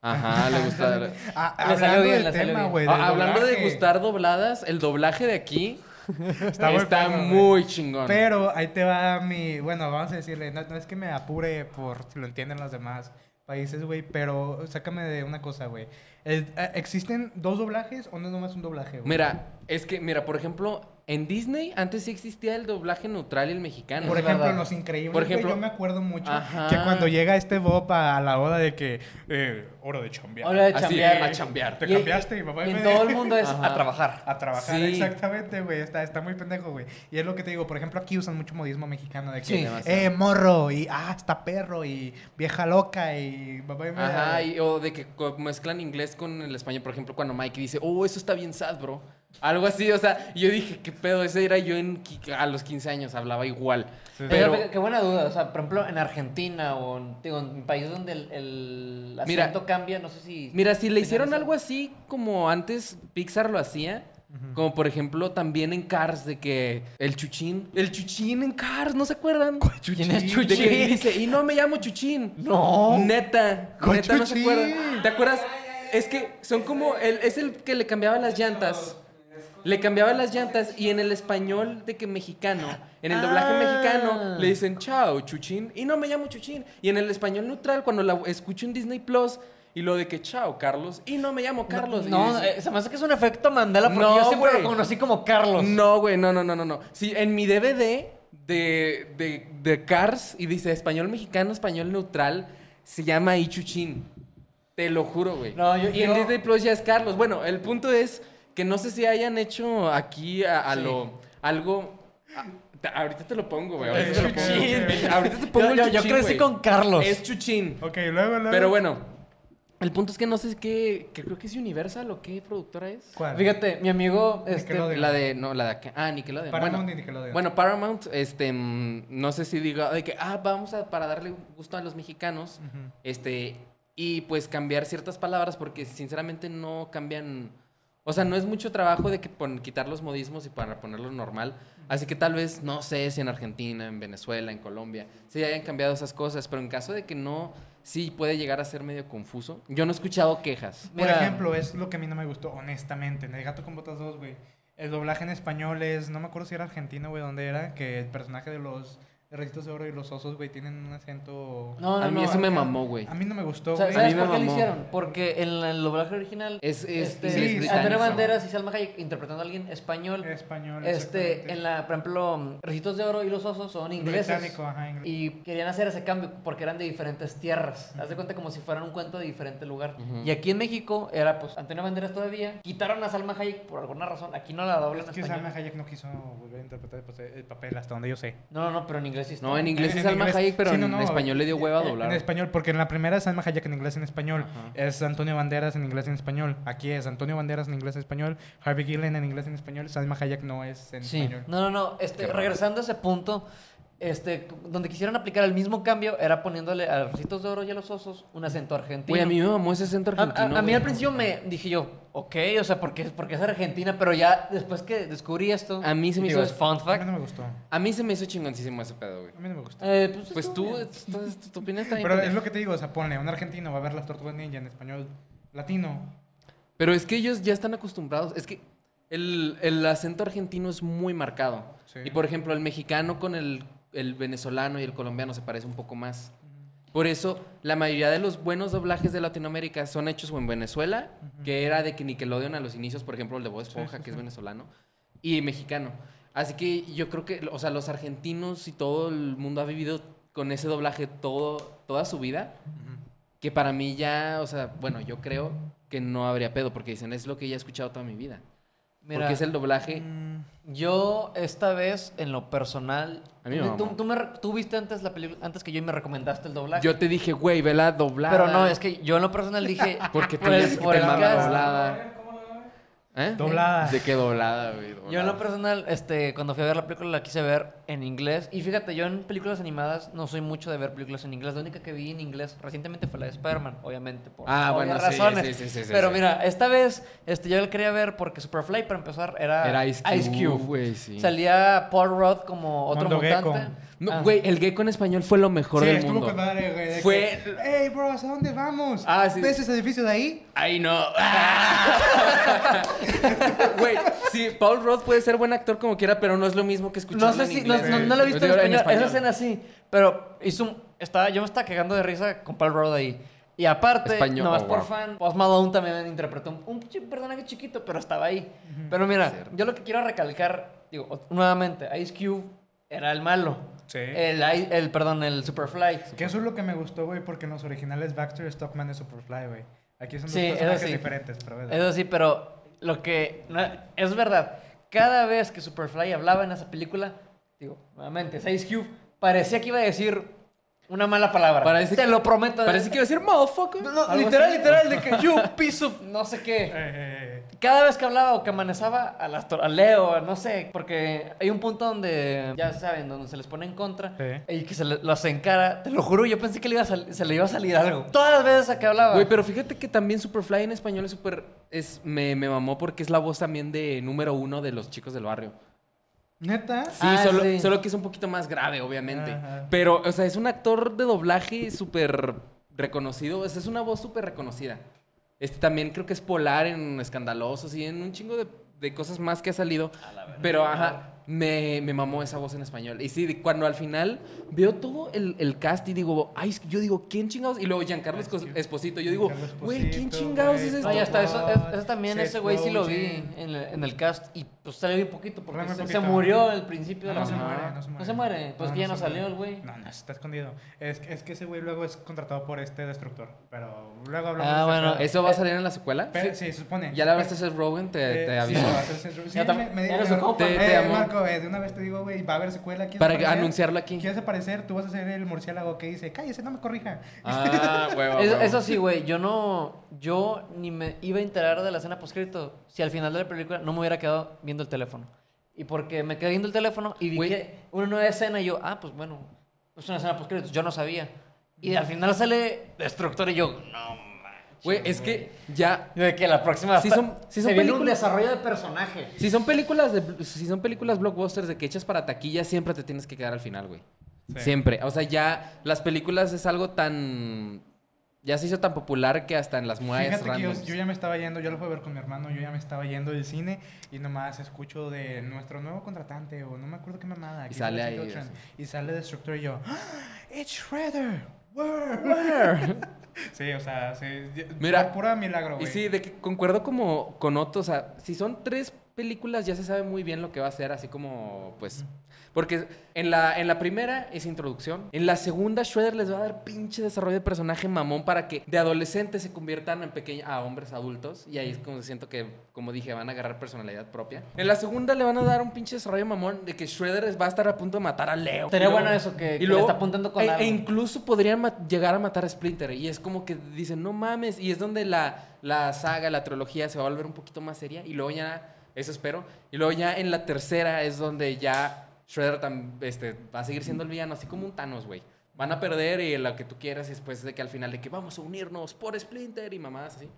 [SPEAKER 3] Ajá, le gusta.
[SPEAKER 1] Ah,
[SPEAKER 2] Le salió
[SPEAKER 1] Hablando
[SPEAKER 2] bien,
[SPEAKER 1] del
[SPEAKER 2] le salió
[SPEAKER 1] tema,
[SPEAKER 2] bien.
[SPEAKER 1] güey.
[SPEAKER 3] Ah,
[SPEAKER 1] del
[SPEAKER 3] hablando de
[SPEAKER 1] doblaje.
[SPEAKER 3] gustar dobladas, el doblaje de aquí está,
[SPEAKER 1] muy perro, güey.
[SPEAKER 3] muy chingón.
[SPEAKER 1] Pero ahí te va mi. Bueno, vamos a decirle, no, no es que me apure por si lo entienden los demás países, güey, pero sácame de una cosa, güey. El- eh, ¿Existen dos doblajes o no es nomás un doblaje, güey?
[SPEAKER 3] Mira, es que, mira, por ejemplo, en Disney antes sí existía el doblaje neutral y el mexicano.
[SPEAKER 1] Por
[SPEAKER 2] es
[SPEAKER 1] ejemplo,
[SPEAKER 2] verdad.
[SPEAKER 1] en Los Increíbles,
[SPEAKER 3] Por
[SPEAKER 1] güey,
[SPEAKER 3] ejemplo-
[SPEAKER 1] yo me acuerdo mucho
[SPEAKER 3] Ajá.
[SPEAKER 1] que cuando llega este Bob a, a la hora de que. eh, hora de chambear.
[SPEAKER 2] Ahora de
[SPEAKER 3] Así,
[SPEAKER 2] chambear.
[SPEAKER 3] a chambear.
[SPEAKER 1] Te
[SPEAKER 2] Y-
[SPEAKER 1] cambiaste y papá
[SPEAKER 2] y
[SPEAKER 1] me-
[SPEAKER 2] en todo el mundo es
[SPEAKER 3] Ajá.
[SPEAKER 2] a trabajar.
[SPEAKER 1] A trabajar,
[SPEAKER 3] Sí.
[SPEAKER 1] exactamente, güey. Está, está muy pendejo, güey. Y es lo que te digo, por ejemplo, aquí usan mucho modismo mexicano de que,
[SPEAKER 2] Sí.
[SPEAKER 1] eh, morro, y ah, está perro, y vieja loca, y papá y me-
[SPEAKER 3] Ajá, y- o de que co- mezclan inglés con el español. Por ejemplo, cuando Mikey dice, oh, eso está bien sad, bro. Algo así, o sea, yo dije, qué pedo, ese era yo en, qui- a los 15 años, hablaba igual.
[SPEAKER 1] Sí.
[SPEAKER 3] Pero,
[SPEAKER 2] Pero, qué buena duda. O sea, por ejemplo, en Argentina o en, digo, en países donde el, el
[SPEAKER 3] Mira.
[SPEAKER 2] acento cambia, no sé si.
[SPEAKER 3] mira, si le hicieron
[SPEAKER 2] Señores,
[SPEAKER 3] algo así como antes Pixar lo hacía,
[SPEAKER 1] Ujú.
[SPEAKER 3] Como por ejemplo también en Cars de que el Chuchín, el Chuchín en Cars, ¿no se acuerdan?
[SPEAKER 2] ¿Quién es
[SPEAKER 3] De que
[SPEAKER 2] Chuchín?
[SPEAKER 3] dice, y no me llamo Chuchín.
[SPEAKER 2] No.
[SPEAKER 3] Neta,
[SPEAKER 1] ¿Cuál
[SPEAKER 3] neta no se
[SPEAKER 1] Chuchín?
[SPEAKER 3] acuerdan. ¿Te acuerdas? Es que son como el es el que le cambiaba las llantas. Le cambiaba las llantas y en el español de que mexicano, en el doblaje
[SPEAKER 2] Ah.
[SPEAKER 3] mexicano le dicen chao, Chuchín, y no me llamo Chuchín. Y en el español neutral cuando la escucho en Disney Plus y lo de que chao, Carlos, y no me llamo Carlos. Y
[SPEAKER 2] No,
[SPEAKER 3] dices,
[SPEAKER 2] eh, se me hace que es un efecto Mandela porque
[SPEAKER 3] No,
[SPEAKER 2] yo siempre
[SPEAKER 3] güey.
[SPEAKER 2] lo conocí como Carlos.
[SPEAKER 3] No, güey, no, no, no, no, no. Sí, en mi DVD de, de, de Cars y dice español mexicano, español neutral, se llama Ichuchín. Te lo juro, güey.
[SPEAKER 2] No, yo-
[SPEAKER 3] y en
[SPEAKER 2] yo-
[SPEAKER 3] Disney Plus ya es Carlos. Bueno, el punto es que no sé si hayan hecho aquí a, a
[SPEAKER 2] Sí.
[SPEAKER 3] lo algo. a- te- ahorita te lo pongo, güey. Ahorita
[SPEAKER 1] El
[SPEAKER 3] te lo pongo.
[SPEAKER 1] Chuchín.
[SPEAKER 3] Ahorita te
[SPEAKER 2] Yo,
[SPEAKER 3] pongo el
[SPEAKER 2] yo-
[SPEAKER 3] Chuchín.
[SPEAKER 2] yo crecí
[SPEAKER 3] güey.
[SPEAKER 2] con Carlos.
[SPEAKER 3] Es Chuchín.
[SPEAKER 1] Ok, luego, luego.
[SPEAKER 3] Pero bueno, el punto es que no sé qué. que creo que es Universal o qué productora es.
[SPEAKER 1] ¿Cuál?
[SPEAKER 2] Fíjate, mi amigo. Este,
[SPEAKER 1] Nickelodeon.
[SPEAKER 3] La de, no, la de acá. Ah, Nickelodeon.
[SPEAKER 1] Paramount
[SPEAKER 3] bueno,
[SPEAKER 1] y Nickelodeon.
[SPEAKER 3] Bueno, Paramount, este, mm, no sé si diga de que, ah, vamos a, para darle gusto a los mexicanos,
[SPEAKER 1] Ujú.
[SPEAKER 3] este, y pues cambiar ciertas palabras porque sinceramente no cambian, o sea, no es mucho trabajo de que pon- quitar los modismos y para ponerlo normal, así que tal vez, no sé si en Argentina, en Venezuela, en Colombia, si hayan cambiado esas cosas, pero en caso de que no, sí puede llegar a ser medio confuso. Yo no he escuchado quejas.
[SPEAKER 1] Por
[SPEAKER 2] Mira.
[SPEAKER 1] ejemplo, es lo que a mí no me gustó, honestamente. En El Gato con Botas 2, güey. El doblaje en español es, no me acuerdo si era argentino, güey, dónde era, que el personaje de los Reyes de Oro y los Osos, güey, tienen un acento...
[SPEAKER 2] No, no,
[SPEAKER 3] A mí
[SPEAKER 2] no,
[SPEAKER 3] eso me
[SPEAKER 2] acá-
[SPEAKER 3] mamó, güey.
[SPEAKER 1] A mí no me gustó,
[SPEAKER 2] O sea,
[SPEAKER 1] güey.
[SPEAKER 3] A mí
[SPEAKER 2] ¿Sabes
[SPEAKER 3] me
[SPEAKER 2] por qué lo
[SPEAKER 3] mamó.
[SPEAKER 2] hicieron? Porque en la- el doblaje original.
[SPEAKER 3] Es, es,
[SPEAKER 2] este,
[SPEAKER 3] es
[SPEAKER 1] sí,
[SPEAKER 3] británico.
[SPEAKER 2] Antonio Banderas y Salma Hayek interpretando a alguien español.
[SPEAKER 1] Eh, Español,
[SPEAKER 2] Este,
[SPEAKER 1] exactamente.
[SPEAKER 2] en la, por ejemplo, Recitos de Oro y Los Osos son ingleses.
[SPEAKER 1] Británico, ajá, inglés.
[SPEAKER 2] Y querían hacer ese cambio porque eran de diferentes tierras. Haz de cuenta como si fueran un cuento de diferente lugar.
[SPEAKER 3] Ujú.
[SPEAKER 2] Y aquí en México era pues Antonio Banderas todavía. Quitaron a Salma Hayek por alguna razón. Aquí no la doblan
[SPEAKER 1] Es
[SPEAKER 2] en
[SPEAKER 1] que
[SPEAKER 2] español.
[SPEAKER 1] Salma Hayek no quiso volver a interpretar pues, el papel, hasta donde yo sé.
[SPEAKER 2] No, no, no, pero en inglés sí está.
[SPEAKER 3] No, en inglés
[SPEAKER 1] En-
[SPEAKER 3] es
[SPEAKER 1] en
[SPEAKER 3] Alma
[SPEAKER 1] inglés.
[SPEAKER 3] Hayek, pero
[SPEAKER 1] Sí, no,
[SPEAKER 3] en
[SPEAKER 1] no,
[SPEAKER 3] español le dio hueva a
[SPEAKER 1] En
[SPEAKER 3] doblar.
[SPEAKER 1] español, porque en la primera es Salma Hayek en inglés en español.
[SPEAKER 3] Ajá.
[SPEAKER 1] Es Antonio Banderas en inglés en español. Aquí es Antonio Banderas en inglés en español. Harvey Gillen en inglés en español. Salma Hayek no es en
[SPEAKER 2] Sí.
[SPEAKER 1] español.
[SPEAKER 2] No, no, no. Este,
[SPEAKER 3] Qué raro.
[SPEAKER 2] regresando a ese punto, este, donde quisieron aplicar el mismo cambio era poniéndole a los Recitos de Oro y a los Osos un acento argentino.
[SPEAKER 3] Güey, a mí me mamó ese centro
[SPEAKER 2] A-
[SPEAKER 3] argentino.
[SPEAKER 2] A, a mí
[SPEAKER 3] güey.
[SPEAKER 2] al principio me dije yo, ok, o sea, porque, porque es Argentina, pero ya después que descubrí esto.
[SPEAKER 3] A mí se me
[SPEAKER 2] digo,
[SPEAKER 3] hizo-
[SPEAKER 2] es fun
[SPEAKER 1] A mí
[SPEAKER 2] fact.
[SPEAKER 1] no me gustó. A
[SPEAKER 3] A mí se me hizo chingoncísimo ese pedo, güey.
[SPEAKER 1] mí no me gustó.
[SPEAKER 2] Eh, pues
[SPEAKER 3] Pues
[SPEAKER 2] estuvo
[SPEAKER 3] tú,
[SPEAKER 2] bien.
[SPEAKER 3] estás- tu, tu opinión está bien.
[SPEAKER 1] Pero es
[SPEAKER 3] pendeja.
[SPEAKER 1] lo que te digo, o sea, ponle, un argentino va a ver las tortugas ninja en español latino.
[SPEAKER 3] Pero es que ellos ya están acostumbrados. Es que el, el acento argentino es muy marcado.
[SPEAKER 1] Sí.
[SPEAKER 3] Y por ejemplo, el mexicano con el, el venezolano y el colombiano se parece un poco más. Por eso, la mayoría de los buenos doblajes de Latinoamérica son hechos o en Venezuela, que era de que Nickelodeon a los inicios, por ejemplo, el de Bob Esponja, que es venezolano, y mexicano. Así que yo creo que, o sea, los argentinos y todo el mundo ha vivido con ese doblaje todo, toda su vida, que para mí ya, o sea, bueno, yo creo que no habría pedo, porque dicen, es lo que ya he escuchado toda mi vida.
[SPEAKER 2] Mira,
[SPEAKER 3] porque es el doblaje...
[SPEAKER 2] yo esta vez, en lo personal.
[SPEAKER 3] A mí me
[SPEAKER 2] tú- tú,
[SPEAKER 3] mamó.
[SPEAKER 2] tú me re- tú viste antes la película, antes que yo y me recomendaste el doblaje.
[SPEAKER 3] Yo te dije, güey, vela doblada.
[SPEAKER 2] Mm. pero no, es que yo en lo personal dije.
[SPEAKER 3] Porque
[SPEAKER 2] por
[SPEAKER 3] te,
[SPEAKER 2] el-
[SPEAKER 3] es que
[SPEAKER 2] por
[SPEAKER 3] te
[SPEAKER 2] el
[SPEAKER 3] mama
[SPEAKER 2] cast.
[SPEAKER 3] doblada. ¿Eh?
[SPEAKER 1] Doblada.
[SPEAKER 3] ¿De qué doblada, güey?
[SPEAKER 2] Yo en lo
[SPEAKER 3] Doblada.
[SPEAKER 2] personal, este, cuando fui a ver la película la quise ver en inglés. Y fíjate, yo en películas animadas no soy mucho de ver películas en inglés. La única que vi en inglés recientemente fue la de Spider-Man, obviamente, por
[SPEAKER 3] Ah,
[SPEAKER 2] obvias
[SPEAKER 3] bueno, sí,
[SPEAKER 2] razones.
[SPEAKER 3] sí, sí, sí, sí,
[SPEAKER 2] Pero
[SPEAKER 3] sí.
[SPEAKER 2] mira, esta vez este, yo la quería ver porque Superfly, para empezar, era,
[SPEAKER 3] Era Ice Cube, güey, sí.
[SPEAKER 2] Salía Paul Rudd como otro
[SPEAKER 1] Mondo
[SPEAKER 2] mutante.
[SPEAKER 1] Gecko.
[SPEAKER 3] No,
[SPEAKER 2] Ah.
[SPEAKER 3] güey, el gecko en español fue lo mejor
[SPEAKER 1] Sí,
[SPEAKER 3] del
[SPEAKER 1] estuvo
[SPEAKER 3] mundo.
[SPEAKER 1] con madre, güey. de
[SPEAKER 3] Fue-
[SPEAKER 1] que, Hey, bro, ¿a dónde vamos?
[SPEAKER 3] Ah, sí.
[SPEAKER 1] ¿Ves ese edificio de ahí?
[SPEAKER 3] Ay, no. ¡Ah! Güey, sí, Paul Roth puede ser buen actor como quiera, pero no es lo mismo que escucharlo
[SPEAKER 2] No sé
[SPEAKER 3] en
[SPEAKER 2] si, no,
[SPEAKER 3] inglés.
[SPEAKER 2] no- no lo he visto en
[SPEAKER 3] Digo,
[SPEAKER 2] español, esa escena sí, pero hizo un- estaba, yo me estaba cagando de risa con Paul Rudd ahí. Y aparte,
[SPEAKER 3] Español,
[SPEAKER 2] nomás
[SPEAKER 3] oh,
[SPEAKER 2] por
[SPEAKER 3] wow.
[SPEAKER 2] fan, Post Malone también interpretó un, un chi- personaje chiquito, pero estaba ahí. Pero mira,
[SPEAKER 3] Cierto.
[SPEAKER 2] yo lo que quiero recalcar, digo, o- nuevamente, Ice Cube era el malo.
[SPEAKER 1] Sí.
[SPEAKER 2] El, I- el, perdón, el Superfly.
[SPEAKER 1] Que eso es lo que me gustó, güey, porque en los originales Baxter, Stockman es Superfly, güey. Aquí son dos
[SPEAKER 2] Sí, eso
[SPEAKER 1] personajes
[SPEAKER 2] sí.
[SPEAKER 1] diferentes, pero bueno.
[SPEAKER 2] Eso sí, pero lo que no- es verdad, cada vez que Superfly hablaba en esa película, digo, nuevamente, es Ice Cube, parecía que iba a decir Una mala palabra.
[SPEAKER 3] Parece-
[SPEAKER 2] Te lo prometo. ¿eh?
[SPEAKER 3] Parece que iba a decir motherfucker.
[SPEAKER 2] No, no,
[SPEAKER 3] Algo
[SPEAKER 2] literal,
[SPEAKER 3] así.
[SPEAKER 2] literal, de que you piece of no sé qué.
[SPEAKER 1] Eh, eh,
[SPEAKER 2] Cada vez que hablaba o que amanezaba a las tor- a Leo, no sé, porque hay un punto donde, ya saben, donde se les pone en contra
[SPEAKER 1] Sí.
[SPEAKER 2] y que se le- los encara. Te lo juro, yo pensé que le iba a sal- se le iba a salir algo. Todas las veces a que hablaba.
[SPEAKER 3] Güey, pero fíjate que también Superfly en español es super. Es, me, me mamó porque es la voz también de número uno de los chicos del barrio.
[SPEAKER 1] ¿Neta?
[SPEAKER 3] Sí,
[SPEAKER 2] Ah,
[SPEAKER 3] solo,
[SPEAKER 2] sí.
[SPEAKER 3] solo que es un poquito más grave, obviamente.
[SPEAKER 1] Ajá.
[SPEAKER 3] Pero, o sea, es un actor de doblaje súper reconocido. O sea, es una voz súper reconocida. Este también creo que es polar en Escandalosos y en un chingo de, de cosas más que ha salido. Pero, ajá, me, me mamó esa voz en español. Y sí, cuando al final veo todo el, el cast y digo, ay, es que yo digo, ¿quién chingados? Y luego Giancarlo
[SPEAKER 1] Es que-
[SPEAKER 3] Esposito. Yo digo,
[SPEAKER 1] Giancarlo
[SPEAKER 3] güey, ¿quién
[SPEAKER 1] Esposito,
[SPEAKER 3] chingados
[SPEAKER 1] güey,
[SPEAKER 3] es
[SPEAKER 2] No, ya
[SPEAKER 3] esto?
[SPEAKER 2] está, eso, es- eso también,
[SPEAKER 1] Seth
[SPEAKER 2] ese güey sí lo vi
[SPEAKER 1] Rogen.
[SPEAKER 2] en el, en el cast y pues salió bien poquito porque
[SPEAKER 1] Muy
[SPEAKER 2] se,
[SPEAKER 1] poquito.
[SPEAKER 2] se murió al principio de
[SPEAKER 1] No,
[SPEAKER 2] la
[SPEAKER 1] no se
[SPEAKER 2] mamá.
[SPEAKER 1] muere, no se muere.
[SPEAKER 2] No se muere, pues que ya no,
[SPEAKER 1] se
[SPEAKER 2] salió
[SPEAKER 1] muere.
[SPEAKER 2] el güey.
[SPEAKER 1] No, no, está escondido. Es, que- es que ese güey luego es contratado por este destructor. Pero luego hablamos.
[SPEAKER 2] Ah,
[SPEAKER 1] de ese
[SPEAKER 2] bueno,
[SPEAKER 1] pedo.
[SPEAKER 3] ¿Eso va a salir en la secuela?
[SPEAKER 1] Eh, Pero, sí, se supone.
[SPEAKER 3] Ya la hablaste a Seth Rogen, te,
[SPEAKER 1] Eh,
[SPEAKER 3] te
[SPEAKER 1] sí,
[SPEAKER 3] aviso.
[SPEAKER 1] va a hacer Seth- sí,
[SPEAKER 2] Ya te-
[SPEAKER 1] me- me-
[SPEAKER 2] ya eres un compa.
[SPEAKER 1] eh,
[SPEAKER 3] Te- te amo.
[SPEAKER 1] Marco, eh, de una vez te digo, güey, va a haber secuela. ¿quieres
[SPEAKER 3] Para
[SPEAKER 1] aparecer?
[SPEAKER 3] anunciarlo aquí.
[SPEAKER 1] ¿Quieres aparecer? Tú vas a ser el murciélago que dice, cállese, no me corrija.
[SPEAKER 3] Ah,
[SPEAKER 2] Eso,
[SPEAKER 3] huevo, huevo.
[SPEAKER 2] eso sí, güey, yo no. Yo ni me iba a enterar de la escena postcrito si al final de la película no me hubiera quedado viendo el teléfono. Y porque me quedé viendo el teléfono y vi
[SPEAKER 3] Güey.
[SPEAKER 2] que una nueva escena y yo, ah, pues bueno, es una escena postcrito, yo no sabía. Y al final sale Destructor y yo, no manches.
[SPEAKER 3] Güey, es que ya.
[SPEAKER 2] De que la próxima.
[SPEAKER 3] Sí
[SPEAKER 2] está-
[SPEAKER 3] son- sí son
[SPEAKER 2] se viene un
[SPEAKER 3] películas.
[SPEAKER 2] desarrollo de personaje.
[SPEAKER 3] Si son películas de si son películas blockbusters de que echas para taquilla, siempre te tienes que quedar al final, güey.
[SPEAKER 1] Sí.
[SPEAKER 3] Siempre. O sea, ya las películas es algo tan ya se hizo tan popular que hasta en las muelles
[SPEAKER 1] Fíjate que yo,
[SPEAKER 3] randoms.
[SPEAKER 1] yo ya me estaba yendo, yo lo pude ver con mi hermano, yo ya me estaba yendo del cine y nomás escucho de nuestro nuevo contratante o no me acuerdo qué mamada. que
[SPEAKER 3] sale
[SPEAKER 1] es
[SPEAKER 3] ahí,
[SPEAKER 1] Jackie Chan,
[SPEAKER 3] o sea.
[SPEAKER 1] Y sale Destructor y yo, ¡Ah! ¡It's Shredder! Word". Sí, o sea, sí. ya-
[SPEAKER 3] Mira,
[SPEAKER 1] fue pura milagro,
[SPEAKER 3] Y
[SPEAKER 1] güey.
[SPEAKER 3] sí, de que concuerdo como con Otto, o sea, si son tres películas ya se sabe muy bien lo que va a ser, así como, pues, porque en la, en la primera es introducción, en la segunda Shredder les va a dar pinche desarrollo de personaje mamón para que de adolescentes se conviertan en pequeños, a hombres adultos, y ahí es como siento que, como dije, van a agarrar personalidad propia. En la segunda le van a dar un pinche desarrollo mamón de que Shredder es- va a estar a punto de matar a Leo.
[SPEAKER 2] Sería
[SPEAKER 3] Y luego-
[SPEAKER 2] bueno eso, que, que
[SPEAKER 3] y
[SPEAKER 2] le
[SPEAKER 3] luego,
[SPEAKER 2] está apuntando con
[SPEAKER 3] e,
[SPEAKER 2] algo.
[SPEAKER 3] e incluso podrían ma- llegar a matar a Splinter. Y es como que dicen, no mames. Y es donde la, la saga, la trilogía se va a volver un poquito más seria. Y luego ya, eso espero. Y luego ya en la tercera es donde ya Shredder tam- este, va a seguir siendo el villano, así como un Thanos, güey. Van a perder y lo que tú quieras y después de que al final de que vamos a unirnos por Splinter y mamadas así.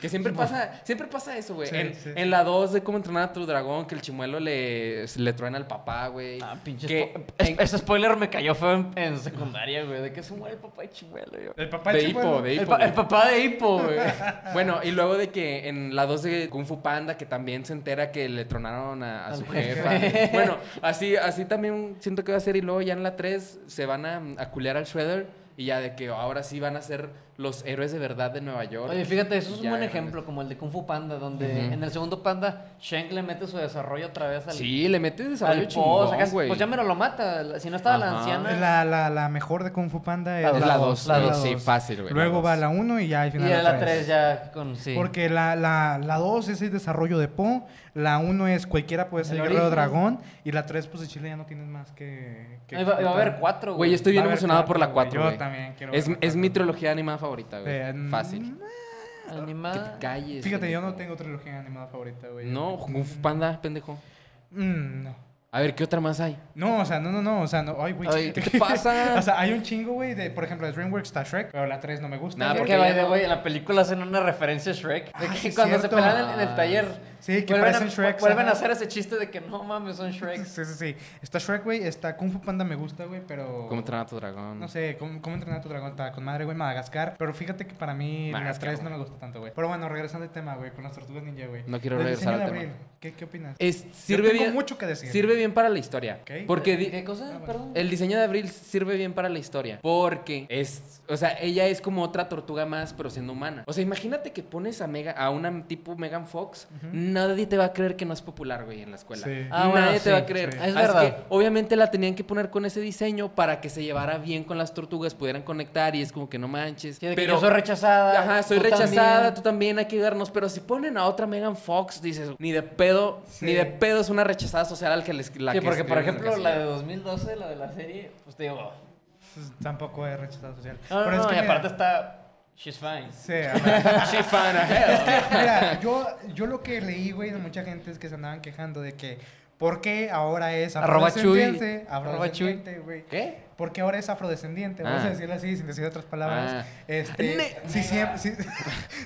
[SPEAKER 3] Que siempre pasa, siempre pasa eso, güey.
[SPEAKER 1] Sí,
[SPEAKER 3] en,
[SPEAKER 1] sí.
[SPEAKER 3] en la 2 de cómo entrenar a tu dragón, que el chimuelo le, le truena al papá, güey.
[SPEAKER 2] Ah, pinche.
[SPEAKER 3] Que-
[SPEAKER 2] spo- es- Ese spoiler me cayó feo en, en secundaria, güey. De que es un güey el papá de chimuelo, yo.
[SPEAKER 1] El papá
[SPEAKER 3] de
[SPEAKER 1] Chimuelo.
[SPEAKER 3] hipo, de
[SPEAKER 2] El,
[SPEAKER 3] hipo.
[SPEAKER 2] pa-
[SPEAKER 3] güey.
[SPEAKER 2] el papá de Hippo, güey.
[SPEAKER 3] Bueno, y luego de que en la 2 de Kung Fu Panda, que también se entera que le tronaron a, a su jefa. Bueno, así, así también siento que va a ser. Y luego ya en la 3 se van a, a culear al Shredder. Y ya de que ahora sí van a ser los héroes de verdad de Nueva York.
[SPEAKER 2] Oye, fíjate, eso es un
[SPEAKER 3] Ya
[SPEAKER 2] buen
[SPEAKER 3] grandes.
[SPEAKER 2] ejemplo, como el de Kung Fu Panda, donde
[SPEAKER 3] Ujú.
[SPEAKER 2] en el segundo panda, Shank le mete su desarrollo otra vez al.
[SPEAKER 3] Sí, le metes
[SPEAKER 2] al
[SPEAKER 3] desarrollo
[SPEAKER 2] boss,
[SPEAKER 3] chingón,
[SPEAKER 2] acá-
[SPEAKER 3] güey.
[SPEAKER 2] Pues ya me lo mata. la- Si no estaba la
[SPEAKER 3] Ajá.
[SPEAKER 2] anciana.
[SPEAKER 1] La, la, la mejor de Kung Fu Panda es
[SPEAKER 3] Es la 2,
[SPEAKER 1] la
[SPEAKER 3] güey,
[SPEAKER 1] dos.
[SPEAKER 3] sí, fácil, güey.
[SPEAKER 1] Luego
[SPEAKER 3] dos.
[SPEAKER 1] va la 1 y ya al
[SPEAKER 2] y
[SPEAKER 1] final
[SPEAKER 2] ya la
[SPEAKER 1] tres.
[SPEAKER 2] 3 ya con. Sí.
[SPEAKER 1] Porque la 2 la, la dos es el desarrollo de Poe, la 1 es cualquiera puede ser
[SPEAKER 2] El
[SPEAKER 1] guerrero
[SPEAKER 2] origen.
[SPEAKER 1] dragón, y la 3 pues de Chile ya no tienes más que... que
[SPEAKER 2] Ahí va, ahí va a haber
[SPEAKER 1] explotar.
[SPEAKER 2] 4,
[SPEAKER 3] Güey, yo estoy bien
[SPEAKER 1] Va a haber
[SPEAKER 3] emocionado por la
[SPEAKER 1] cuatro, güey. Yo
[SPEAKER 3] 4. güey.
[SPEAKER 1] también quiero
[SPEAKER 3] Es,
[SPEAKER 1] ver la
[SPEAKER 3] es
[SPEAKER 1] cuatro.
[SPEAKER 3] mi trilogía animada favorita, güey.
[SPEAKER 1] Eh, mm,
[SPEAKER 3] Fácil. Que
[SPEAKER 2] Animada.
[SPEAKER 3] te calles.
[SPEAKER 1] Fíjate, yo
[SPEAKER 3] pendejo.
[SPEAKER 1] no tengo trilogía animada favorita, güey.
[SPEAKER 3] No, Kung Fu Panda, pendejo.
[SPEAKER 1] Mm, no.
[SPEAKER 3] A ver, ¿qué otra más hay?
[SPEAKER 1] No, o sea, no, no, no, o sea, no, ay, güey.
[SPEAKER 3] Ay, ¿qué te pasa?
[SPEAKER 1] o sea, hay un chingo, güey, de, por ejemplo, de DreamWorks está Shrek, pero la 3 no me gusta.
[SPEAKER 3] Nah,
[SPEAKER 1] güey.
[SPEAKER 3] porque
[SPEAKER 2] que
[SPEAKER 3] ya
[SPEAKER 2] by the
[SPEAKER 3] no-
[SPEAKER 2] way, en la película hacen una referencia a Shrek. De
[SPEAKER 1] Ah,
[SPEAKER 2] que
[SPEAKER 1] sí,
[SPEAKER 2] cuando
[SPEAKER 1] cierto.
[SPEAKER 2] se pelean en, en
[SPEAKER 3] Ah.
[SPEAKER 2] el taller.
[SPEAKER 1] Sí, que
[SPEAKER 2] vuelven a,
[SPEAKER 1] parecen Shreks,
[SPEAKER 2] Vuelven
[SPEAKER 1] ajá.
[SPEAKER 2] a hacer ese chiste de que no mames, son Shrek.
[SPEAKER 1] Sí, sí, sí. Está Shrek, güey, está Kung Fu Panda me gusta, güey, pero...
[SPEAKER 3] ¿Cómo entrenar a tu dragón?
[SPEAKER 1] Oh. No sé, ¿cómo, cómo entrenar a tu dragón? Está con madre, güey, Madagascar. Pero fíjate que para mí las
[SPEAKER 3] Madagascar,
[SPEAKER 1] tres no me gusta tanto, güey. Pero bueno, regresando al tema, güey, con las tortugas ninja, güey.
[SPEAKER 3] No quiero
[SPEAKER 1] Del
[SPEAKER 3] regresar
[SPEAKER 1] diseño
[SPEAKER 3] al
[SPEAKER 1] de
[SPEAKER 3] tema.
[SPEAKER 1] Abril, ¿Qué, qué opinas?
[SPEAKER 3] Es,
[SPEAKER 1] Yo
[SPEAKER 3] sirve,
[SPEAKER 1] tengo
[SPEAKER 3] bien,
[SPEAKER 1] mucho que decir.
[SPEAKER 3] sirve bien para la historia.
[SPEAKER 1] Ok.
[SPEAKER 3] Porque di- eh,
[SPEAKER 2] ¿Qué cosa?
[SPEAKER 1] Ah, bueno.
[SPEAKER 2] Perdón.
[SPEAKER 3] el diseño de Abril sirve bien para la historia. Porque es. O sea, ella es como otra tortuga más, pero siendo humana. O sea, imagínate que pones a Mega, a una tipo Megan Fox. Nadie te va a creer que no es popular, güey, en la escuela.
[SPEAKER 1] Sí.
[SPEAKER 2] Ah,
[SPEAKER 3] Nadie
[SPEAKER 2] bueno,
[SPEAKER 3] te
[SPEAKER 2] sí,
[SPEAKER 3] va a creer.
[SPEAKER 1] sí.
[SPEAKER 2] Es
[SPEAKER 3] Así
[SPEAKER 2] verdad.
[SPEAKER 3] que, obviamente la tenían que poner con ese diseño para que se llevara bien con las tortugas, pudieran conectar y es como que no manches.
[SPEAKER 2] Sí, de que
[SPEAKER 3] pero
[SPEAKER 2] yo soy rechazada.
[SPEAKER 3] Ajá, soy
[SPEAKER 2] tú
[SPEAKER 3] rechazada,
[SPEAKER 2] también.
[SPEAKER 3] tú también, hay que vernos. Pero si ponen a otra Megan Fox, dices, ni de pedo,
[SPEAKER 1] Sí.
[SPEAKER 3] ni de pedo es una rechazada social al que les, la
[SPEAKER 2] sí,
[SPEAKER 3] que
[SPEAKER 2] porque por
[SPEAKER 3] escriben en
[SPEAKER 2] ejemplo
[SPEAKER 3] casilla.
[SPEAKER 2] la de 2012, la de la serie, pues te digo,
[SPEAKER 1] Pues, tampoco es rechazado social.
[SPEAKER 2] No, no,
[SPEAKER 1] Pero es
[SPEAKER 2] no,
[SPEAKER 1] que
[SPEAKER 2] y
[SPEAKER 1] mira-
[SPEAKER 2] aparte está. She's fine.
[SPEAKER 1] Sí, a ver.
[SPEAKER 3] She fan
[SPEAKER 1] Es que, mira, yo, yo lo que leí, güey, de mucha gente es que se andaban quejando de que ¿por qué ahora es
[SPEAKER 3] Arroba Chuy.
[SPEAKER 1] afrodescendiente?
[SPEAKER 3] Arroba Chuy.
[SPEAKER 1] Afrodescendiente, güey.
[SPEAKER 3] ¿Qué?
[SPEAKER 1] ¿Por qué ahora es afrodescendiente? Vamos
[SPEAKER 3] Ah.
[SPEAKER 1] a decirlo así, sin decir otras palabras.
[SPEAKER 3] Ah.
[SPEAKER 1] Este,
[SPEAKER 3] Ne-
[SPEAKER 1] si, siempre, si,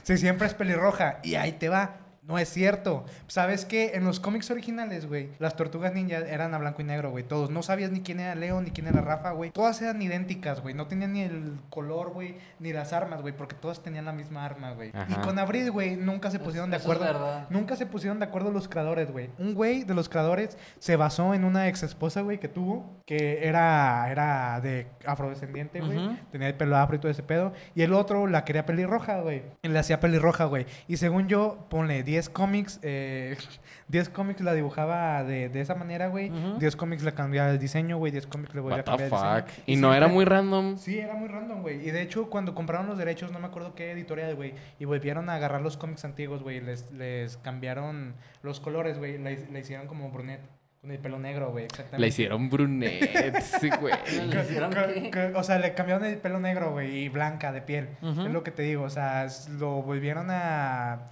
[SPEAKER 1] si siempre es pelirroja, y ahí te va. No es cierto. Sabes que en los cómics originales, güey, las tortugas ninjas eran a blanco y negro, güey. Todos. No sabías ni quién era Leo, ni quién era Rafa, güey. Todas eran idénticas, güey. No tenían ni el color, güey, ni las armas, güey, porque todas tenían la misma arma, güey. Y
[SPEAKER 3] Ajá.
[SPEAKER 1] con Abril, güey, nunca se
[SPEAKER 2] Es-
[SPEAKER 1] pusieron de
[SPEAKER 2] eso es
[SPEAKER 1] acuerdo.
[SPEAKER 2] verdad.
[SPEAKER 1] Nunca se pusieron de acuerdo los creadores, güey. Un güey de los creadores se basó en una ex esposa, güey, que tuvo, que era, era de afrodescendiente, güey.
[SPEAKER 2] Ujú.
[SPEAKER 1] Tenía el pelo afro y todo ese pedo. Y el otro la quería pelirroja, güey. Y Le hacía pelirroja, güey. Y según yo, ponle 10 cómics, eh, 10 cómics la dibujaba de, de esa manera, güey.
[SPEAKER 2] Ujú.
[SPEAKER 1] 10 cómics le cambiaba el diseño, güey. 10 cómics le volvía
[SPEAKER 3] What
[SPEAKER 1] a
[SPEAKER 3] the
[SPEAKER 1] cambiar el
[SPEAKER 3] fuck.
[SPEAKER 1] diseño.
[SPEAKER 3] Y no era
[SPEAKER 1] siempre-
[SPEAKER 3] muy random.
[SPEAKER 1] Sí, era muy random, güey. Y de hecho, cuando compraron los derechos, no me acuerdo qué editorial, güey. Y volvieron a agarrar los cómics antiguos, güey. Les, les cambiaron los colores, güey. La, hi- la hicieron como brunette. Con el pelo negro, güey. Exactamente.
[SPEAKER 3] La hicieron brunette, sí, güey.
[SPEAKER 2] ¿Le hicieron
[SPEAKER 1] Co-
[SPEAKER 2] qué?
[SPEAKER 1] co- O sea, le cambiaron el pelo negro, güey, y blanca de piel.
[SPEAKER 2] Ujú.
[SPEAKER 1] Es lo que te digo. O sea, s- lo volvieron a.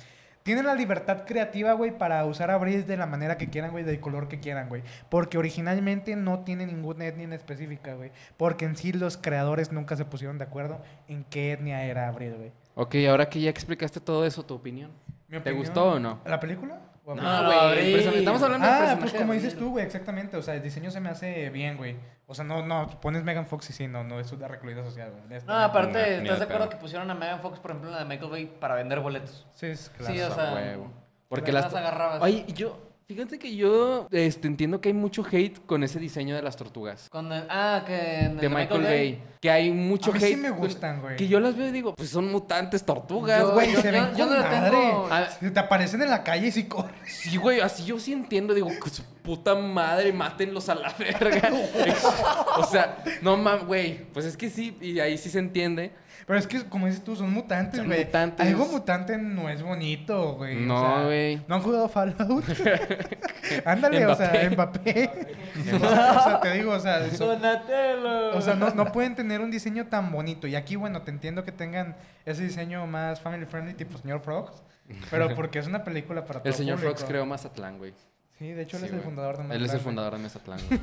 [SPEAKER 1] Tienen la libertad creativa, güey, para usar a Breeze de la manera que quieran, güey, del color que quieran, güey. Porque originalmente no tiene ninguna etnia en específica, güey. Porque en sí los creadores nunca se pusieron de acuerdo en qué etnia era Breeze, güey.
[SPEAKER 3] Ok, ahora que ya explicaste todo eso, tu opinión.
[SPEAKER 1] Mi
[SPEAKER 3] ¿Te
[SPEAKER 1] opinión-
[SPEAKER 3] gustó o no?
[SPEAKER 1] ¿La película? ¿O a
[SPEAKER 2] No,
[SPEAKER 1] Breeze?
[SPEAKER 2] lo
[SPEAKER 3] güey,
[SPEAKER 2] abrí.
[SPEAKER 3] el personaje- Estamos hablando del
[SPEAKER 1] Ah,
[SPEAKER 3] personaje
[SPEAKER 1] pues
[SPEAKER 3] de
[SPEAKER 1] como dices
[SPEAKER 3] Abril.
[SPEAKER 1] tú, güey, exactamente. O sea, el diseño se me hace bien, güey. O sea, no, no, pones Megan Fox y sí, no, no, es una recluida social, güey.
[SPEAKER 2] No, aparte, ¿estás
[SPEAKER 3] Ni- ni de
[SPEAKER 2] de acuerdo
[SPEAKER 3] pedo.
[SPEAKER 2] que pusieron a Megan Fox, por ejemplo, en la de Michael Bay para vender boletos?
[SPEAKER 1] Sí, es claro.
[SPEAKER 2] Sí, o
[SPEAKER 3] A
[SPEAKER 2] sea.
[SPEAKER 3] huevo. Porque
[SPEAKER 2] no
[SPEAKER 3] las,
[SPEAKER 2] las agarrabas.
[SPEAKER 3] Oye, y yo, fíjate que yo este, entiendo que hay mucho hate con ese diseño de las tortugas.
[SPEAKER 2] Con el- ah, que en el
[SPEAKER 3] De Michael Bay. Que hay mucho
[SPEAKER 1] a mí
[SPEAKER 3] hate.
[SPEAKER 1] sí me
[SPEAKER 3] pues,
[SPEAKER 1] gustan, güey.
[SPEAKER 3] Que yo las veo y digo, pues son mutantes tortugas,
[SPEAKER 2] Yo-
[SPEAKER 3] güey.
[SPEAKER 1] Güey, se ven
[SPEAKER 2] yo
[SPEAKER 1] con
[SPEAKER 2] no le
[SPEAKER 1] madre.
[SPEAKER 2] tengo-
[SPEAKER 3] Ah,
[SPEAKER 1] Si Te aparecen en la calle y si corres.
[SPEAKER 3] Sí, güey, así yo sí entiendo. Digo, que su puta madre, mátenlos a la verga. o sea, no mames, güey. Pues es que sí, y ahí sí se entiende.
[SPEAKER 1] Pero es que, como dices tú, son mutantes,
[SPEAKER 3] Son
[SPEAKER 1] güey.
[SPEAKER 3] mutantes.
[SPEAKER 1] Algo mutante no es bonito, güey. o
[SPEAKER 3] No,
[SPEAKER 1] sea,
[SPEAKER 3] güey.
[SPEAKER 1] ¿No han jugado Fallout? Ándale, o sea, en papel. o sea, te digo, o sea,
[SPEAKER 3] Ah,
[SPEAKER 1] son-
[SPEAKER 2] Donatello.
[SPEAKER 1] o sea, no, no pueden tener un diseño tan bonito. Y aquí, bueno, te entiendo que tengan ese diseño más family friendly, tipo señor Frogs. Pero porque es una película para todo
[SPEAKER 3] El señor
[SPEAKER 1] público.
[SPEAKER 3] Fox creó Mazatlán, güey.
[SPEAKER 1] Sí, de hecho, él
[SPEAKER 3] Sí,
[SPEAKER 1] es el
[SPEAKER 3] güey.
[SPEAKER 1] fundador de
[SPEAKER 3] Él es el
[SPEAKER 1] Mazatlán, güey.
[SPEAKER 3] fundador de Mazatlán, güey.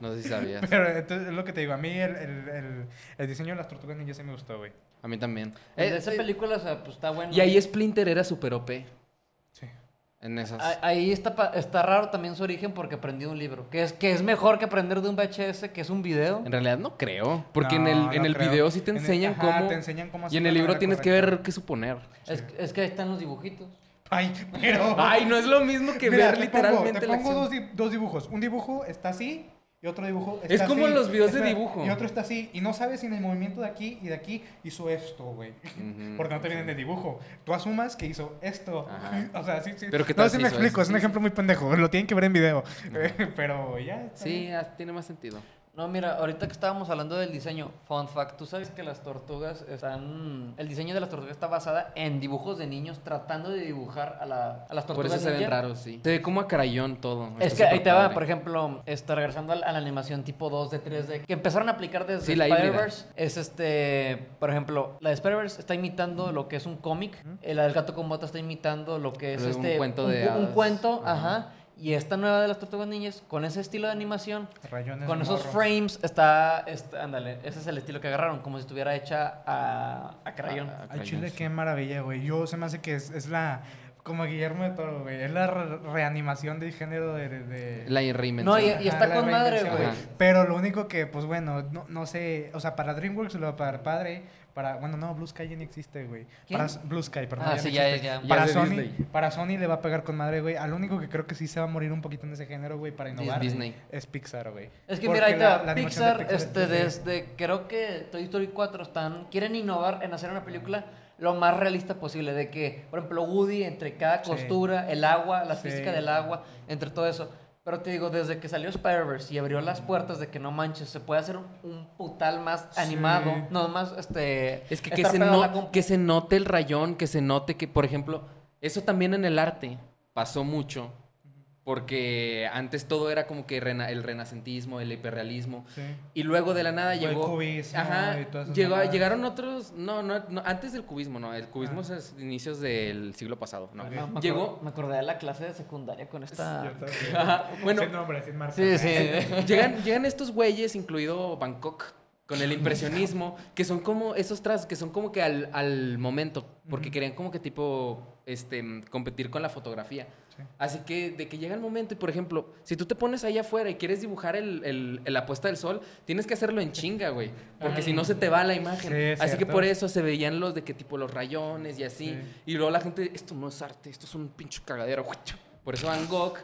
[SPEAKER 3] No sé si sabías.
[SPEAKER 1] Pero entonces, es lo que te digo, a mí el, el, el, el diseño de las tortugas ninja sí me gustó, güey.
[SPEAKER 3] A mí también.
[SPEAKER 2] Pues,
[SPEAKER 3] Eh,
[SPEAKER 2] esa
[SPEAKER 3] eh,
[SPEAKER 2] película, o sea, pues está bueno.
[SPEAKER 3] y ahí Splinter era super OP.
[SPEAKER 1] Sí.
[SPEAKER 3] En esas.
[SPEAKER 1] ah.
[SPEAKER 2] A- Ahí está, pa- está raro también su origen porque aprendió de un libro. Que es, que es mejor que aprender de un VHS, que es un video.
[SPEAKER 3] En realidad no creo. Porque en
[SPEAKER 1] No,
[SPEAKER 3] el, en
[SPEAKER 1] no
[SPEAKER 3] el
[SPEAKER 1] creo.
[SPEAKER 3] video sí te
[SPEAKER 1] En el-
[SPEAKER 3] enseñan
[SPEAKER 1] ajá,
[SPEAKER 3] cómo.
[SPEAKER 1] te enseñan cómo
[SPEAKER 3] y
[SPEAKER 1] hacer
[SPEAKER 3] en
[SPEAKER 1] de
[SPEAKER 3] el libro
[SPEAKER 1] manera
[SPEAKER 3] tienes que
[SPEAKER 1] correcta.
[SPEAKER 3] ver qué suponer.
[SPEAKER 2] Es, es que ahí están los dibujitos.
[SPEAKER 1] Ay, pero.
[SPEAKER 3] Ay, no es lo mismo que
[SPEAKER 1] Mira,
[SPEAKER 3] ver
[SPEAKER 1] te pongo-
[SPEAKER 3] literalmente
[SPEAKER 1] Te
[SPEAKER 3] la
[SPEAKER 1] pongo,
[SPEAKER 3] acción.
[SPEAKER 1] dos, di- dos dibujos. Un dibujo está así y otro dibujo está
[SPEAKER 3] Es como
[SPEAKER 1] así.
[SPEAKER 3] los videos de
[SPEAKER 1] Espera,
[SPEAKER 3] dibujo.
[SPEAKER 1] Y otro está así. Y no sabes si en el movimiento de aquí y de aquí hizo esto, güey.
[SPEAKER 3] Ujú,
[SPEAKER 1] Porque no te vienen de dibujo. Tú asumas que hizo esto.
[SPEAKER 3] Ajá.
[SPEAKER 1] O sea, sí, sí.
[SPEAKER 3] Pero ¿qué
[SPEAKER 1] no
[SPEAKER 3] tal
[SPEAKER 1] sé
[SPEAKER 3] si
[SPEAKER 1] me
[SPEAKER 3] hizo
[SPEAKER 1] explico.
[SPEAKER 3] esto?
[SPEAKER 1] Es un ejemplo muy pendejo. Lo tienen que ver en video. pero ya. está
[SPEAKER 3] Sí,
[SPEAKER 1] bien.
[SPEAKER 3] ah, tiene más sentido.
[SPEAKER 2] No, mira, ahorita que estábamos hablando del diseño, fun fact, tú sabes que las tortugas están... El diseño de las tortugas está basada en dibujos de niños tratando de dibujar a, la- a las
[SPEAKER 3] Por
[SPEAKER 2] tortugas
[SPEAKER 3] eso se ven
[SPEAKER 2] ninja.
[SPEAKER 3] raros, sí. Se ve como a carayón todo.
[SPEAKER 2] Es
[SPEAKER 3] Está
[SPEAKER 2] que ahí
[SPEAKER 3] súper
[SPEAKER 2] te va,
[SPEAKER 3] padre.
[SPEAKER 2] por ejemplo, este, regresando a la, a la animación tipo 2 de 3D, que empezaron a aplicar desde
[SPEAKER 3] Sí, la híbrida.
[SPEAKER 2] Spider-Verse. Es este, por ejemplo, la de Spider-Verse está imitando lo que es un cómic, eh, la del gato con bota está imitando lo que es
[SPEAKER 3] Pero es un
[SPEAKER 2] este,
[SPEAKER 3] cuento de
[SPEAKER 2] cu- un
[SPEAKER 3] hadas.
[SPEAKER 2] cuento,
[SPEAKER 3] Ajá.
[SPEAKER 2] ajá. Y esta nueva de las tortugas niñas, con ese estilo de animación,
[SPEAKER 1] Rayones
[SPEAKER 2] con esos
[SPEAKER 1] morros.
[SPEAKER 2] frames, está, está- Ándale, ese es el estilo que agarraron, como si estuviera hecha a, a crayón.
[SPEAKER 3] Ah,
[SPEAKER 1] Ay,
[SPEAKER 3] Cañón,
[SPEAKER 1] Chile,
[SPEAKER 3] sí.
[SPEAKER 1] qué maravilla, güey. Yo se me hace que es, es la. Como Guillermo de Toro, güey. Es la re- reanimación del género de. de- de-
[SPEAKER 3] La reinvención.
[SPEAKER 2] No, y-
[SPEAKER 1] Ajá,
[SPEAKER 2] está
[SPEAKER 1] la
[SPEAKER 2] con madre,
[SPEAKER 1] reinvención,
[SPEAKER 3] güey.
[SPEAKER 1] Pero lo único que, pues bueno, no, no sé. O sea, para DreamWorks, lo para padre. Para, bueno, no, Blue Sky ya ni existe, güey.
[SPEAKER 2] ¿Quién?
[SPEAKER 1] Para Blue Sky, perdón.
[SPEAKER 2] Ah,
[SPEAKER 1] no
[SPEAKER 2] sí, ya-
[SPEAKER 1] existe.
[SPEAKER 2] ya-
[SPEAKER 3] ya
[SPEAKER 1] Para,
[SPEAKER 3] es de
[SPEAKER 1] Sony,
[SPEAKER 3] Disney.
[SPEAKER 1] para Sony le va a pegar con madre, güey. Al único que creo que sí se va a morir un poquito en ese género, güey, para innovar.
[SPEAKER 3] Disney.
[SPEAKER 1] Es Pixar, güey.
[SPEAKER 2] Es que
[SPEAKER 1] Porque
[SPEAKER 2] mira, ahí te
[SPEAKER 1] la-
[SPEAKER 2] va,
[SPEAKER 1] la animación de
[SPEAKER 2] Pixar,
[SPEAKER 1] es
[SPEAKER 2] este,
[SPEAKER 1] Disney.
[SPEAKER 2] desde creo que Toy Story 4 están, quieren innovar en hacer una película lo más realista posible, de que, por ejemplo, Woody, entre cada
[SPEAKER 1] Sí.
[SPEAKER 2] costura, el agua, la
[SPEAKER 1] Sí.
[SPEAKER 2] física del agua, entre todo eso. Pero te digo, desde que salió Spider-Verse y abrió las puertas de que no manches, se puede hacer un putal más
[SPEAKER 1] Sí.
[SPEAKER 2] animado, no más este.
[SPEAKER 3] Es que, que,
[SPEAKER 2] estar
[SPEAKER 3] se
[SPEAKER 2] pegado a la
[SPEAKER 3] no-
[SPEAKER 2] compu.
[SPEAKER 3] que se note el rayón, que se note que, por ejemplo, eso también en el arte pasó mucho. Porque antes todo era como que rena- el renacentismo, el hiperrealismo.
[SPEAKER 1] Sí.
[SPEAKER 3] Y luego de la nada
[SPEAKER 1] O el
[SPEAKER 3] llegó.
[SPEAKER 1] cubismo
[SPEAKER 3] ajá,
[SPEAKER 1] y todas esas
[SPEAKER 3] llegó-
[SPEAKER 1] mamadas.
[SPEAKER 3] llegaron otros. No, no, no, antes del cubismo, no. El cubismo
[SPEAKER 1] Ah.
[SPEAKER 3] es es inicios del siglo pasado. No.
[SPEAKER 1] Ok.
[SPEAKER 2] No, me
[SPEAKER 3] Llegó-
[SPEAKER 2] acor- me acordé de la clase de secundaria con esta.
[SPEAKER 1] Yo también.
[SPEAKER 3] Ajá, bueno,
[SPEAKER 1] sin nombre, sin marca.
[SPEAKER 2] Sí, sí.
[SPEAKER 3] llegan, llegan estos güeyes, incluido Bangkok, con el impresionismo, que son como esos trazos, que son como que al, al momento, porque
[SPEAKER 1] Ujú.
[SPEAKER 3] querían como que tipo este, mm, competir con la fotografía.
[SPEAKER 1] Sí.
[SPEAKER 3] Así que de que llega el momento, y por ejemplo, si tú te pones ahí afuera y quieres dibujar el, el- la puesta del sol, tienes que hacerlo en chinga, güey. Porque si no se te va la imagen.
[SPEAKER 1] Ah. Sí, es
[SPEAKER 3] así que
[SPEAKER 1] cierto.
[SPEAKER 3] por eso se veían los de que tipo los rayones y así.
[SPEAKER 1] Sí.
[SPEAKER 3] Y luego la gente, esto no es arte, esto es un pinche cagadero. Por eso Van Gogh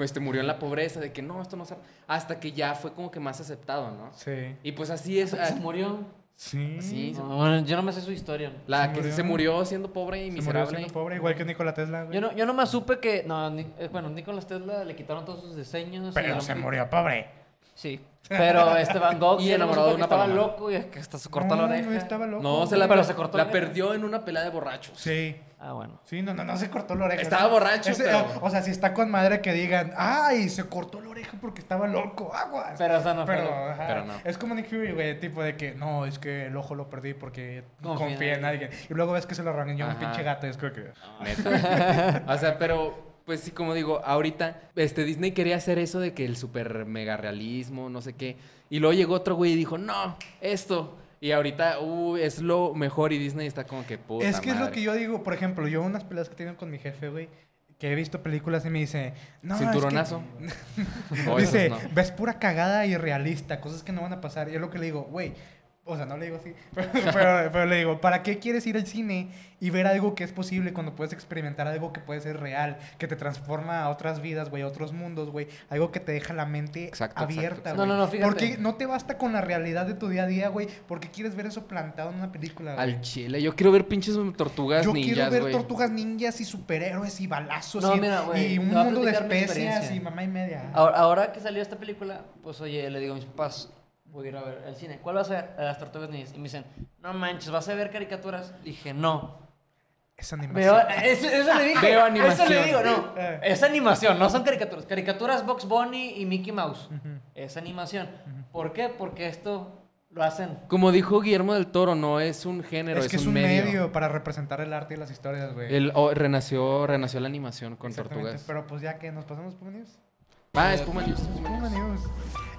[SPEAKER 3] este, murió en la pobreza, de que no, esto no es arte. Hasta que ya fue como que más aceptado, ¿no?
[SPEAKER 1] Sí.
[SPEAKER 3] Y pues así es.
[SPEAKER 2] Se
[SPEAKER 3] ah,
[SPEAKER 2] murió.
[SPEAKER 1] Sí.
[SPEAKER 3] Pues Sí,
[SPEAKER 2] No, bueno, yo no me sé su historia.
[SPEAKER 3] La
[SPEAKER 1] Se
[SPEAKER 3] que
[SPEAKER 1] murió.
[SPEAKER 3] se murió siendo pobre y
[SPEAKER 1] Se murió
[SPEAKER 3] miserable.
[SPEAKER 1] siendo pobre, igual que Nikola Tesla, güey.
[SPEAKER 2] Yo no, yo no me supe que. No, ni- eh, bueno, Nicolás Tesla le quitaron todos sus diseños. y
[SPEAKER 1] Pero
[SPEAKER 2] la-
[SPEAKER 1] se murió pobre.
[SPEAKER 2] Sí. Pero este Van Gogh.
[SPEAKER 3] Y
[SPEAKER 2] yo no me supe
[SPEAKER 3] enamorado
[SPEAKER 2] que
[SPEAKER 3] de una
[SPEAKER 2] Estaba
[SPEAKER 3] paloma.
[SPEAKER 2] loco y es que hasta se cortó la
[SPEAKER 1] No,
[SPEAKER 2] oreja.
[SPEAKER 1] No, estaba loco.
[SPEAKER 3] No, se la,
[SPEAKER 2] Pero se cortó
[SPEAKER 3] la
[SPEAKER 2] la-
[SPEAKER 3] perdió en una pelea de borrachos.
[SPEAKER 1] Sí.
[SPEAKER 2] Ah, bueno.
[SPEAKER 1] Sí, no, no, no se cortó la oreja.
[SPEAKER 3] Estaba
[SPEAKER 1] ¿no?
[SPEAKER 3] borracho,
[SPEAKER 1] Ese-
[SPEAKER 3] pero-
[SPEAKER 1] O sea, si está con madre que digan, ay, se cortó la oreja porque estaba loco, aguas.
[SPEAKER 2] Pero esa no fue
[SPEAKER 1] Pero,
[SPEAKER 2] la-
[SPEAKER 1] ajá,
[SPEAKER 3] Pero no.
[SPEAKER 1] Es como Nick Fury, güey, tipo de que no, es que el ojo lo perdí porque
[SPEAKER 2] Confía en
[SPEAKER 1] confía en alguien. Y luego ves que se lo arranqueó un
[SPEAKER 3] Ajá.
[SPEAKER 1] pinche gato, es como que.
[SPEAKER 3] Neta. o sea, pero pues sí, como digo, ahorita este Disney quería hacer eso de que el super mega realismo, no sé qué. Y luego llegó otro güey y dijo, no, esto. Y ahorita, uh, es lo mejor y Disney está como que puta
[SPEAKER 1] es que es lo
[SPEAKER 3] madre".
[SPEAKER 1] que yo digo, por ejemplo, yo unas peleas que tengo con mi jefe, güey, que he visto películas y me dice, no, es que-
[SPEAKER 3] Cinturonazo. O esos
[SPEAKER 1] Dice,
[SPEAKER 3] no.
[SPEAKER 1] ves pura cagada irrealista, cosas que no van a pasar. Y es lo que le digo, güey. O sea, no le digo así, pero, pero- pero le digo, ¿para qué quieres ir al cine y ver algo que es posible cuando puedes experimentar algo que puede ser real, que te transforma a otras vidas, güey, a otros mundos, güey? Algo que te deja la mente
[SPEAKER 3] Exacto,
[SPEAKER 1] abierta,
[SPEAKER 3] exacto,
[SPEAKER 1] güey.
[SPEAKER 2] No, no, no, fíjate.
[SPEAKER 1] Porque no te basta con la realidad de tu día a día, güey, porque quieres ver eso plantado en una película, güey.
[SPEAKER 3] Al chile, yo quiero ver pinches tortugas
[SPEAKER 1] Yo
[SPEAKER 3] ninjas,
[SPEAKER 1] quiero ver
[SPEAKER 3] güey.
[SPEAKER 1] tortugas ninjas y superhéroes y balazos
[SPEAKER 2] No,
[SPEAKER 1] y,
[SPEAKER 2] mira, güey,
[SPEAKER 1] y un
[SPEAKER 2] te voy a
[SPEAKER 1] mundo de
[SPEAKER 2] platicar mi
[SPEAKER 1] especias
[SPEAKER 2] experiencia. Ah,
[SPEAKER 1] y mamá y media.
[SPEAKER 2] Ahora, ahora que salió esta película, pues oye, le digo a mis papás, voy a ir a ver al cine. ¿Cuál vas a ver? A las tortugas ninjas. Y me dicen, no manches, ¿vas a ver caricaturas? Le dije, no.
[SPEAKER 1] es animación.
[SPEAKER 2] Veo, eso, eso le dije.
[SPEAKER 3] Veo
[SPEAKER 2] Eso le
[SPEAKER 3] animación.
[SPEAKER 2] digo, no.
[SPEAKER 1] Eh.
[SPEAKER 2] Es animación, no son caricaturas. Caricaturas Box Bunny y Mickey Mouse. Es animación. ¿Por qué? Porque esto lo hacen.
[SPEAKER 3] Como dijo Guillermo del Toro, no es un género,
[SPEAKER 1] es
[SPEAKER 3] es,
[SPEAKER 1] que es un medio. para representar el arte y las historias, güey.
[SPEAKER 3] El, o- renació, renació la animación con
[SPEAKER 1] Exactamente,
[SPEAKER 3] tortugas.
[SPEAKER 1] Pero pues ya que nos pasamos Puma News.
[SPEAKER 3] Ah, espuma news, espuma news.
[SPEAKER 1] Puma News.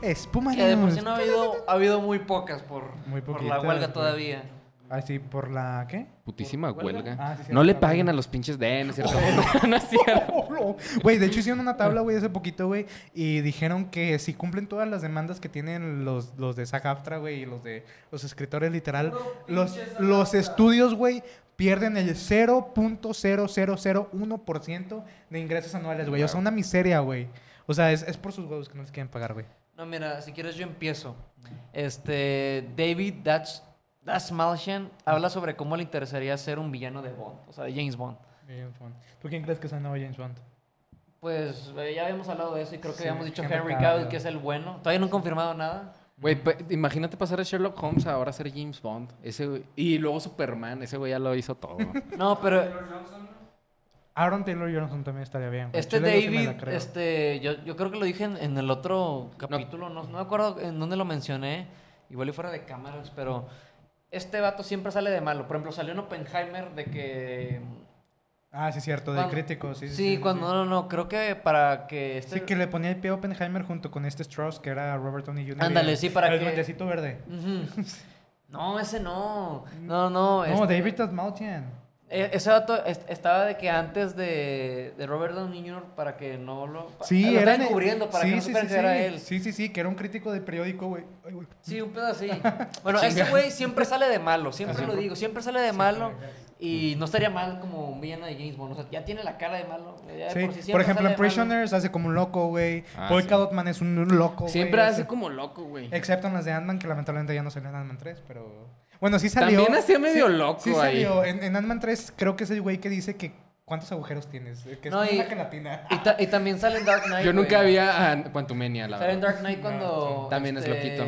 [SPEAKER 1] Es Puma
[SPEAKER 2] Que de por
[SPEAKER 1] News.
[SPEAKER 2] sí no ha habido, ha habido muy pocas por,
[SPEAKER 1] Muy
[SPEAKER 2] por la
[SPEAKER 1] poquitas,
[SPEAKER 2] huelga
[SPEAKER 1] güey.
[SPEAKER 2] todavía.
[SPEAKER 1] Ah, sí, por la ¿qué?
[SPEAKER 3] Putísima
[SPEAKER 2] ¿Huelga?
[SPEAKER 3] huelga.
[SPEAKER 1] Ah, sí,
[SPEAKER 3] no
[SPEAKER 1] cierto,
[SPEAKER 3] le
[SPEAKER 1] la
[SPEAKER 3] paguen
[SPEAKER 1] huelga.
[SPEAKER 3] a los pinches de, ¿no es cierto? no es cierto.
[SPEAKER 1] Güey, de hecho hicieron una tabla, güey, hace poquito, güey, y dijeron que si cumplen todas las demandas que tienen los, los de SAG-AFTRA, güey, y los de los escritores literal, los, los estudios, güey, pierden el 0.0001% de ingresos anuales, güey. O sea,
[SPEAKER 3] Claro.
[SPEAKER 1] una miseria, güey. O sea, es, es por sus huevos que no les quieren pagar, güey.
[SPEAKER 2] No, mira, si quieres yo empiezo. Este, David Dash, Dash Malshan habla sobre cómo le interesaría ser un villano de Bond, o sea, de James Bond.
[SPEAKER 1] James Bond. ¿Tú quién crees que sea el nuevo James Bond?
[SPEAKER 2] Pues eh, ya habíamos hablado de eso y creo que
[SPEAKER 1] Sí,
[SPEAKER 2] habíamos dicho
[SPEAKER 1] Henry
[SPEAKER 2] Henry
[SPEAKER 1] Cavill.
[SPEAKER 2] Cavill, que es el bueno. Todavía no han confirmado nada.
[SPEAKER 3] Güey, pa- imagínate pasar a Sherlock Holmes a ahora a ser James Bond. Ese güey- Y luego Superman, ese güey ya lo hizo todo.
[SPEAKER 2] No, pero
[SPEAKER 1] Aaron Taylor Johnson también estaría bien. güey.
[SPEAKER 2] Este
[SPEAKER 1] Yo le digo que me
[SPEAKER 2] David,
[SPEAKER 1] la creo.
[SPEAKER 2] este, yo, yo creo que lo dije en, en el otro capítulo, no, no me acuerdo en dónde lo mencioné, igual y fuera de cámaras, pero este vato siempre sale de malo. Por ejemplo, salió en Oppenheimer de que...
[SPEAKER 1] Ah, sí, cierto, de
[SPEAKER 2] cuando-
[SPEAKER 1] crítico. Sí,
[SPEAKER 2] Sí,
[SPEAKER 1] sí,
[SPEAKER 2] cuando...
[SPEAKER 1] Sí.
[SPEAKER 2] No, no, no, creo que para que... Este,
[SPEAKER 1] Sí, que le ponía el pie a Oppenheimer junto con este Strauss, que era Robert Downey Jr.
[SPEAKER 2] Ándale,
[SPEAKER 1] el-
[SPEAKER 2] sí, para
[SPEAKER 1] el
[SPEAKER 2] que-
[SPEAKER 1] duendecito verde.
[SPEAKER 2] Ujú. No, ese no. No, no.
[SPEAKER 1] Mm. No,
[SPEAKER 2] este-
[SPEAKER 1] David Tasmaltian.
[SPEAKER 2] e- Ese vato est- estaba de que antes de, de Robert Downey Jr. para que no lo... pa-
[SPEAKER 1] Sí,
[SPEAKER 2] lo
[SPEAKER 1] era.
[SPEAKER 2] estaban cubriendo para que no supieran que era él.
[SPEAKER 1] Sí, sí, sí, que era un crítico de periódico, güey.
[SPEAKER 2] Eh,
[SPEAKER 1] Ay, güey.
[SPEAKER 2] Sí, un pedo así. Bueno, ese güey siempre sale de malo, siempre lo digo, siempre sale de malo. Y no estaría mal como un villano de James Bond. O sea, ya tiene la cara de malo. ya
[SPEAKER 1] Sí,
[SPEAKER 2] de por, sí
[SPEAKER 1] Por ejemplo,
[SPEAKER 2] siempre sale
[SPEAKER 1] en
[SPEAKER 2] de malo.
[SPEAKER 1] Prisoners hace como un loco, güey.
[SPEAKER 3] Ah,
[SPEAKER 1] Paul
[SPEAKER 3] sí.
[SPEAKER 1] Cadotman es un loco, güey.
[SPEAKER 3] Siempre
[SPEAKER 1] Hace-
[SPEAKER 3] hace como loco, güey.
[SPEAKER 1] Excepto en las de Ant-Man, que lamentablemente ya no salió en Ant-Man 3, pero. Bueno, sí salió.
[SPEAKER 3] También hacía medio
[SPEAKER 1] sí-
[SPEAKER 3] loco
[SPEAKER 1] sí
[SPEAKER 3] ahí.
[SPEAKER 1] salió. En, en Ant-Man 3, creo que es el güey que dice que. ¿Cuántos agujeros tienes? eh, Que es
[SPEAKER 2] No,
[SPEAKER 1] como
[SPEAKER 2] y-
[SPEAKER 1] una gelatina.
[SPEAKER 2] Y, ta- y también sale en Dark Knight.
[SPEAKER 3] Yo nunca
[SPEAKER 2] güey.
[SPEAKER 3] había a Quantumania, la
[SPEAKER 2] Sale en
[SPEAKER 3] verdad.
[SPEAKER 2] Dark Knight cuando. este,
[SPEAKER 3] También es loquito.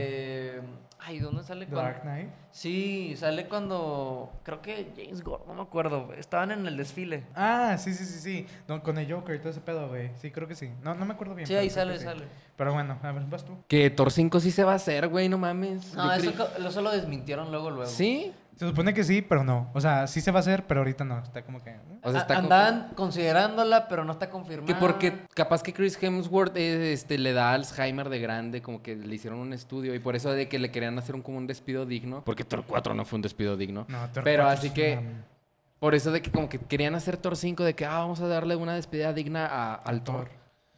[SPEAKER 2] Ay, ¿dónde sale
[SPEAKER 1] Dark
[SPEAKER 2] cuando?
[SPEAKER 1] Knight.
[SPEAKER 2] Sí, sale cuando. Creo que James Gordon, no me acuerdo. Estaban en el desfile.
[SPEAKER 1] Ah, sí, sí, sí, sí. No, con el Joker y todo ese pedo, güey. Sí, creo que sí. No, no me acuerdo bien.
[SPEAKER 2] Sí,
[SPEAKER 1] pero
[SPEAKER 2] ahí
[SPEAKER 1] creo
[SPEAKER 2] sale,
[SPEAKER 1] que sí.
[SPEAKER 2] sale.
[SPEAKER 1] Pero bueno, a ver, vas tú.
[SPEAKER 3] Que Thor 5 sí se va a hacer, güey, no mames.
[SPEAKER 2] No,
[SPEAKER 3] Yo
[SPEAKER 2] eso,
[SPEAKER 3] creí-
[SPEAKER 2] co- lo- eso lo desmintieron luego, luego.
[SPEAKER 3] ¿Sí?
[SPEAKER 1] Se supone que sí, pero no. O sea, sí se va a hacer, pero ahorita no. Está como que... ¿eh?
[SPEAKER 3] O sea,
[SPEAKER 2] A-
[SPEAKER 3] está con-
[SPEAKER 2] Andaban considerándola, pero no está confirmada.
[SPEAKER 3] Que porque capaz que Chris Hemsworth eh, este, le da Alzheimer de grande, como que le hicieron un estudio y por eso de que le querían hacer un, como un despido digno. Porque Thor 4 no fue un despido digno.
[SPEAKER 1] No, Thor
[SPEAKER 3] Pero
[SPEAKER 1] 4
[SPEAKER 3] así
[SPEAKER 1] es
[SPEAKER 3] que-
[SPEAKER 1] una-
[SPEAKER 3] Por eso de que como que querían hacer Thor 5 de que ah, vamos a darle una despedida digna a- al Thor,
[SPEAKER 1] Thor.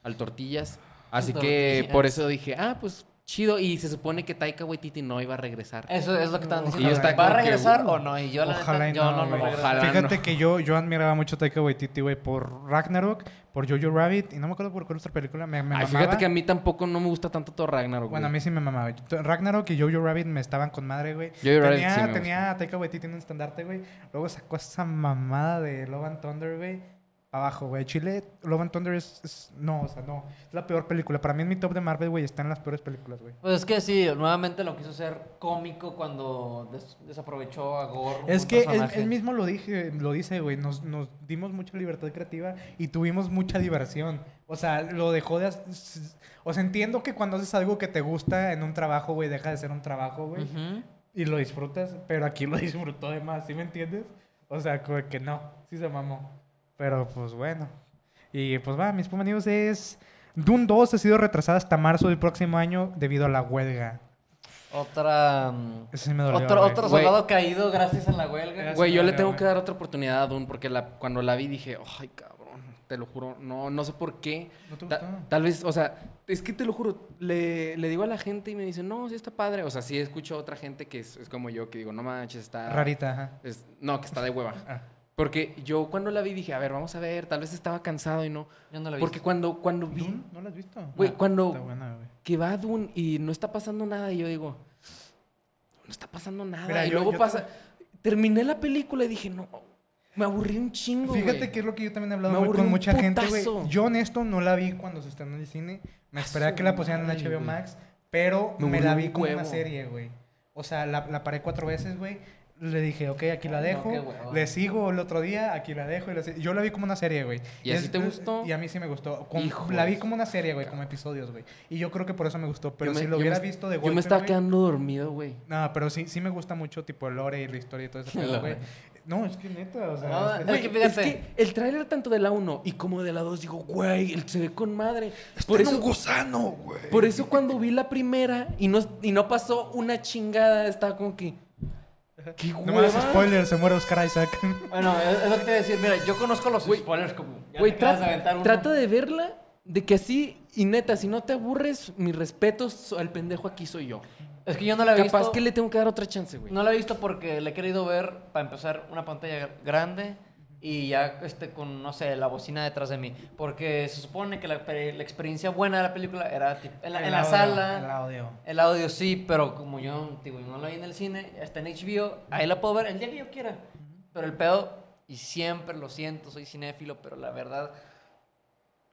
[SPEAKER 3] al Tortillas. Así que
[SPEAKER 2] Tortillas.
[SPEAKER 3] por eso dije, ah, pues chido. Y se supone que Taika Waititi no iba a regresar.
[SPEAKER 2] Eso es lo que estaban
[SPEAKER 1] Y
[SPEAKER 2] diciendo.
[SPEAKER 1] yo estaba
[SPEAKER 2] ¿Va a
[SPEAKER 3] como que,
[SPEAKER 2] regresar
[SPEAKER 3] uh,
[SPEAKER 2] o no? Y yo, la
[SPEAKER 1] Ojalá
[SPEAKER 2] neta,
[SPEAKER 1] y
[SPEAKER 2] yo
[SPEAKER 1] no,
[SPEAKER 2] no, lo
[SPEAKER 1] güey.
[SPEAKER 2] regreso.
[SPEAKER 3] Ojalá
[SPEAKER 1] Fíjate
[SPEAKER 3] no.
[SPEAKER 1] que yo, yo admiraba mucho Taika Waititi, güey, por Ragnarok, por Jojo Rabbit, y no me acuerdo por cuál otra película. Me, me
[SPEAKER 3] Ay,
[SPEAKER 1] mamaba.
[SPEAKER 3] fíjate que a mí tampoco no me gusta tanto Thor Ragnarok.
[SPEAKER 1] Bueno, a
[SPEAKER 3] güey.
[SPEAKER 1] mí sí me mamaba. Yo- Ragnarok y Jojo Rabbit me estaban con madre, güey.
[SPEAKER 3] Jojo Rabbit
[SPEAKER 1] tenía,
[SPEAKER 3] sí me
[SPEAKER 1] tenía a Taika Waititi en un estandarte, güey. Luego sacó esa mamada de Love and Thunder, güey. Abajo, güey. Chile, Love and Thunder es, es- No, o sea, no. Es la peor película. Para mí en mi top de Marvel, güey, están las peores películas, güey.
[SPEAKER 2] Pues es que sí, nuevamente lo quiso ser cómico cuando des- desaprovechó a Gore. como
[SPEAKER 1] Es
[SPEAKER 2] un
[SPEAKER 1] que él,
[SPEAKER 2] personaje.
[SPEAKER 1] él mismo lo, dije, lo dice, güey. Nos, nos dimos mucha libertad creativa y tuvimos mucha diversión. O sea, lo dejó de... hac- s- O sea, entiendo que cuando haces algo que te gusta en un trabajo, güey, deja de ser un trabajo, güey.
[SPEAKER 2] Ujú.
[SPEAKER 1] Y lo disfrutas, pero aquí lo disfrutó de más, ¿sí me entiendes? O sea, como que no, sí se mamó. Pero pues bueno. Y pues va, mis compañeros es... Dune 2 ha sido retrasada hasta marzo del próximo año debido a la huelga.
[SPEAKER 2] Otra. mm,
[SPEAKER 1] Eso sí me dolió,
[SPEAKER 2] Otro,
[SPEAKER 1] güey.
[SPEAKER 2] otro
[SPEAKER 3] Güey.
[SPEAKER 2] soldado caído gracias a la huelga.
[SPEAKER 1] Gracias.
[SPEAKER 3] Güey, yo le
[SPEAKER 1] Dale,
[SPEAKER 3] tengo
[SPEAKER 1] güey.
[SPEAKER 3] que dar otra oportunidad a Dune porque la, cuando la vi dije, ay, cabrón, te lo juro, no, no sé por qué.
[SPEAKER 1] ¿No te
[SPEAKER 3] Ta-
[SPEAKER 1] gustó?
[SPEAKER 3] tal vez, o sea, es que te lo juro, le, le digo a la gente y me dicen, no, sí está padre. O sea, sí escucho a otra gente que es, es como yo, que digo, no manches, está...
[SPEAKER 1] Rarita, ajá.
[SPEAKER 3] es- no, que está de hueva.
[SPEAKER 1] Ah.
[SPEAKER 3] Porque yo cuando la vi dije, a ver, vamos a ver, tal vez estaba cansado y no.
[SPEAKER 2] Yo no la vi.
[SPEAKER 3] Porque cuando, cuando vi
[SPEAKER 1] ¿Dune? ¿No la has visto?
[SPEAKER 3] Güey,
[SPEAKER 1] No.
[SPEAKER 3] cuando-
[SPEAKER 1] Está buena, güey.
[SPEAKER 3] que va Dune y no está pasando nada. Y yo digo, no está pasando nada.
[SPEAKER 1] Mira,
[SPEAKER 3] y
[SPEAKER 1] yo-
[SPEAKER 3] luego
[SPEAKER 1] yo
[SPEAKER 3] pasa. Terminé la película y dije, no, me aburrí un chingo.
[SPEAKER 1] Fíjate
[SPEAKER 3] güey".
[SPEAKER 1] que es lo que yo también he
[SPEAKER 3] Me
[SPEAKER 1] hablado muy-
[SPEAKER 3] aburrió
[SPEAKER 1] con
[SPEAKER 3] un
[SPEAKER 1] mucha gente, güey.
[SPEAKER 3] putazo.
[SPEAKER 1] Yo en esto no la vi cuando se estrenó en el cine. Me
[SPEAKER 3] A
[SPEAKER 1] esperé a
[SPEAKER 3] su
[SPEAKER 1] que la pusieran en
[SPEAKER 3] madre,
[SPEAKER 1] HBO
[SPEAKER 3] güey.
[SPEAKER 1] Max, pero
[SPEAKER 3] Me
[SPEAKER 1] me, la
[SPEAKER 3] aburrió
[SPEAKER 1] vi
[SPEAKER 3] un
[SPEAKER 1] como una
[SPEAKER 3] huevo.
[SPEAKER 1] serie, güey. O sea, la, la paré cuatro veces, güey. Le dije, ok, aquí la
[SPEAKER 2] Ay, no,
[SPEAKER 1] dejo.
[SPEAKER 2] qué hueva.
[SPEAKER 1] le sigo el otro día, aquí la dejo. y la sig- Yo la vi como una serie, güey. eh,
[SPEAKER 3] ¿Y así te gustó?
[SPEAKER 1] Y a mí sí me gustó. Con-
[SPEAKER 3] Hijo
[SPEAKER 1] la vi
[SPEAKER 3] de
[SPEAKER 1] como una serie, güey, como episodios, güey. Y yo creo que por eso me gustó. Pero
[SPEAKER 3] Yo me-
[SPEAKER 1] si lo
[SPEAKER 3] yo me
[SPEAKER 1] hubiera
[SPEAKER 3] est-
[SPEAKER 1] visto de
[SPEAKER 3] Yo
[SPEAKER 1] golpe,
[SPEAKER 3] me estaba
[SPEAKER 1] güey,
[SPEAKER 3] quedando dormido, güey.
[SPEAKER 1] No, pero sí, sí me gusta mucho, tipo, el lore y la historia y todo ese pedo, güey. No, es que neta, o sea...
[SPEAKER 2] No,
[SPEAKER 1] es que-
[SPEAKER 2] güey,
[SPEAKER 3] Güey, es
[SPEAKER 2] fíjate.
[SPEAKER 3] que el tráiler tanto de la 1 y como de la 2 digo, güey, él se ve con madre. Por eso,
[SPEAKER 1] gusano, güey.
[SPEAKER 3] por eso cuando vi la primera y no, y no pasó una chingada, estaba como que... ¿Qué
[SPEAKER 1] No me hagas
[SPEAKER 3] hueva?
[SPEAKER 1] spoiler, se muere Oscar Isaac.
[SPEAKER 2] Bueno, es, es lo que te voy a decir. Mira, yo conozco los spoilers como. ya
[SPEAKER 3] Güey,
[SPEAKER 2] te acabas
[SPEAKER 3] tra-
[SPEAKER 2] de aventar uno.
[SPEAKER 3] trata de verla, de que así, y neta, si no te aburres, mis respetos al pendejo aquí soy yo.
[SPEAKER 2] Es que yo no la he
[SPEAKER 3] Capaz
[SPEAKER 2] visto.
[SPEAKER 3] que le tengo que dar otra chance, güey.
[SPEAKER 2] No la he visto porque le he querido ver, para empezar, una pantalla gr- grande y ya este, con, no sé, la bocina detrás de mí. Porque se supone que la, pe- la experiencia buena de la película era tipo, en la, en la sala.
[SPEAKER 1] La odio.
[SPEAKER 2] El audio sí, pero como yo digo, no la vi en el cine, está en HBO, ahí la puedo ver el día que yo quiera. Pero el pedo, y siempre lo siento, soy cinéfilo, pero la verdad,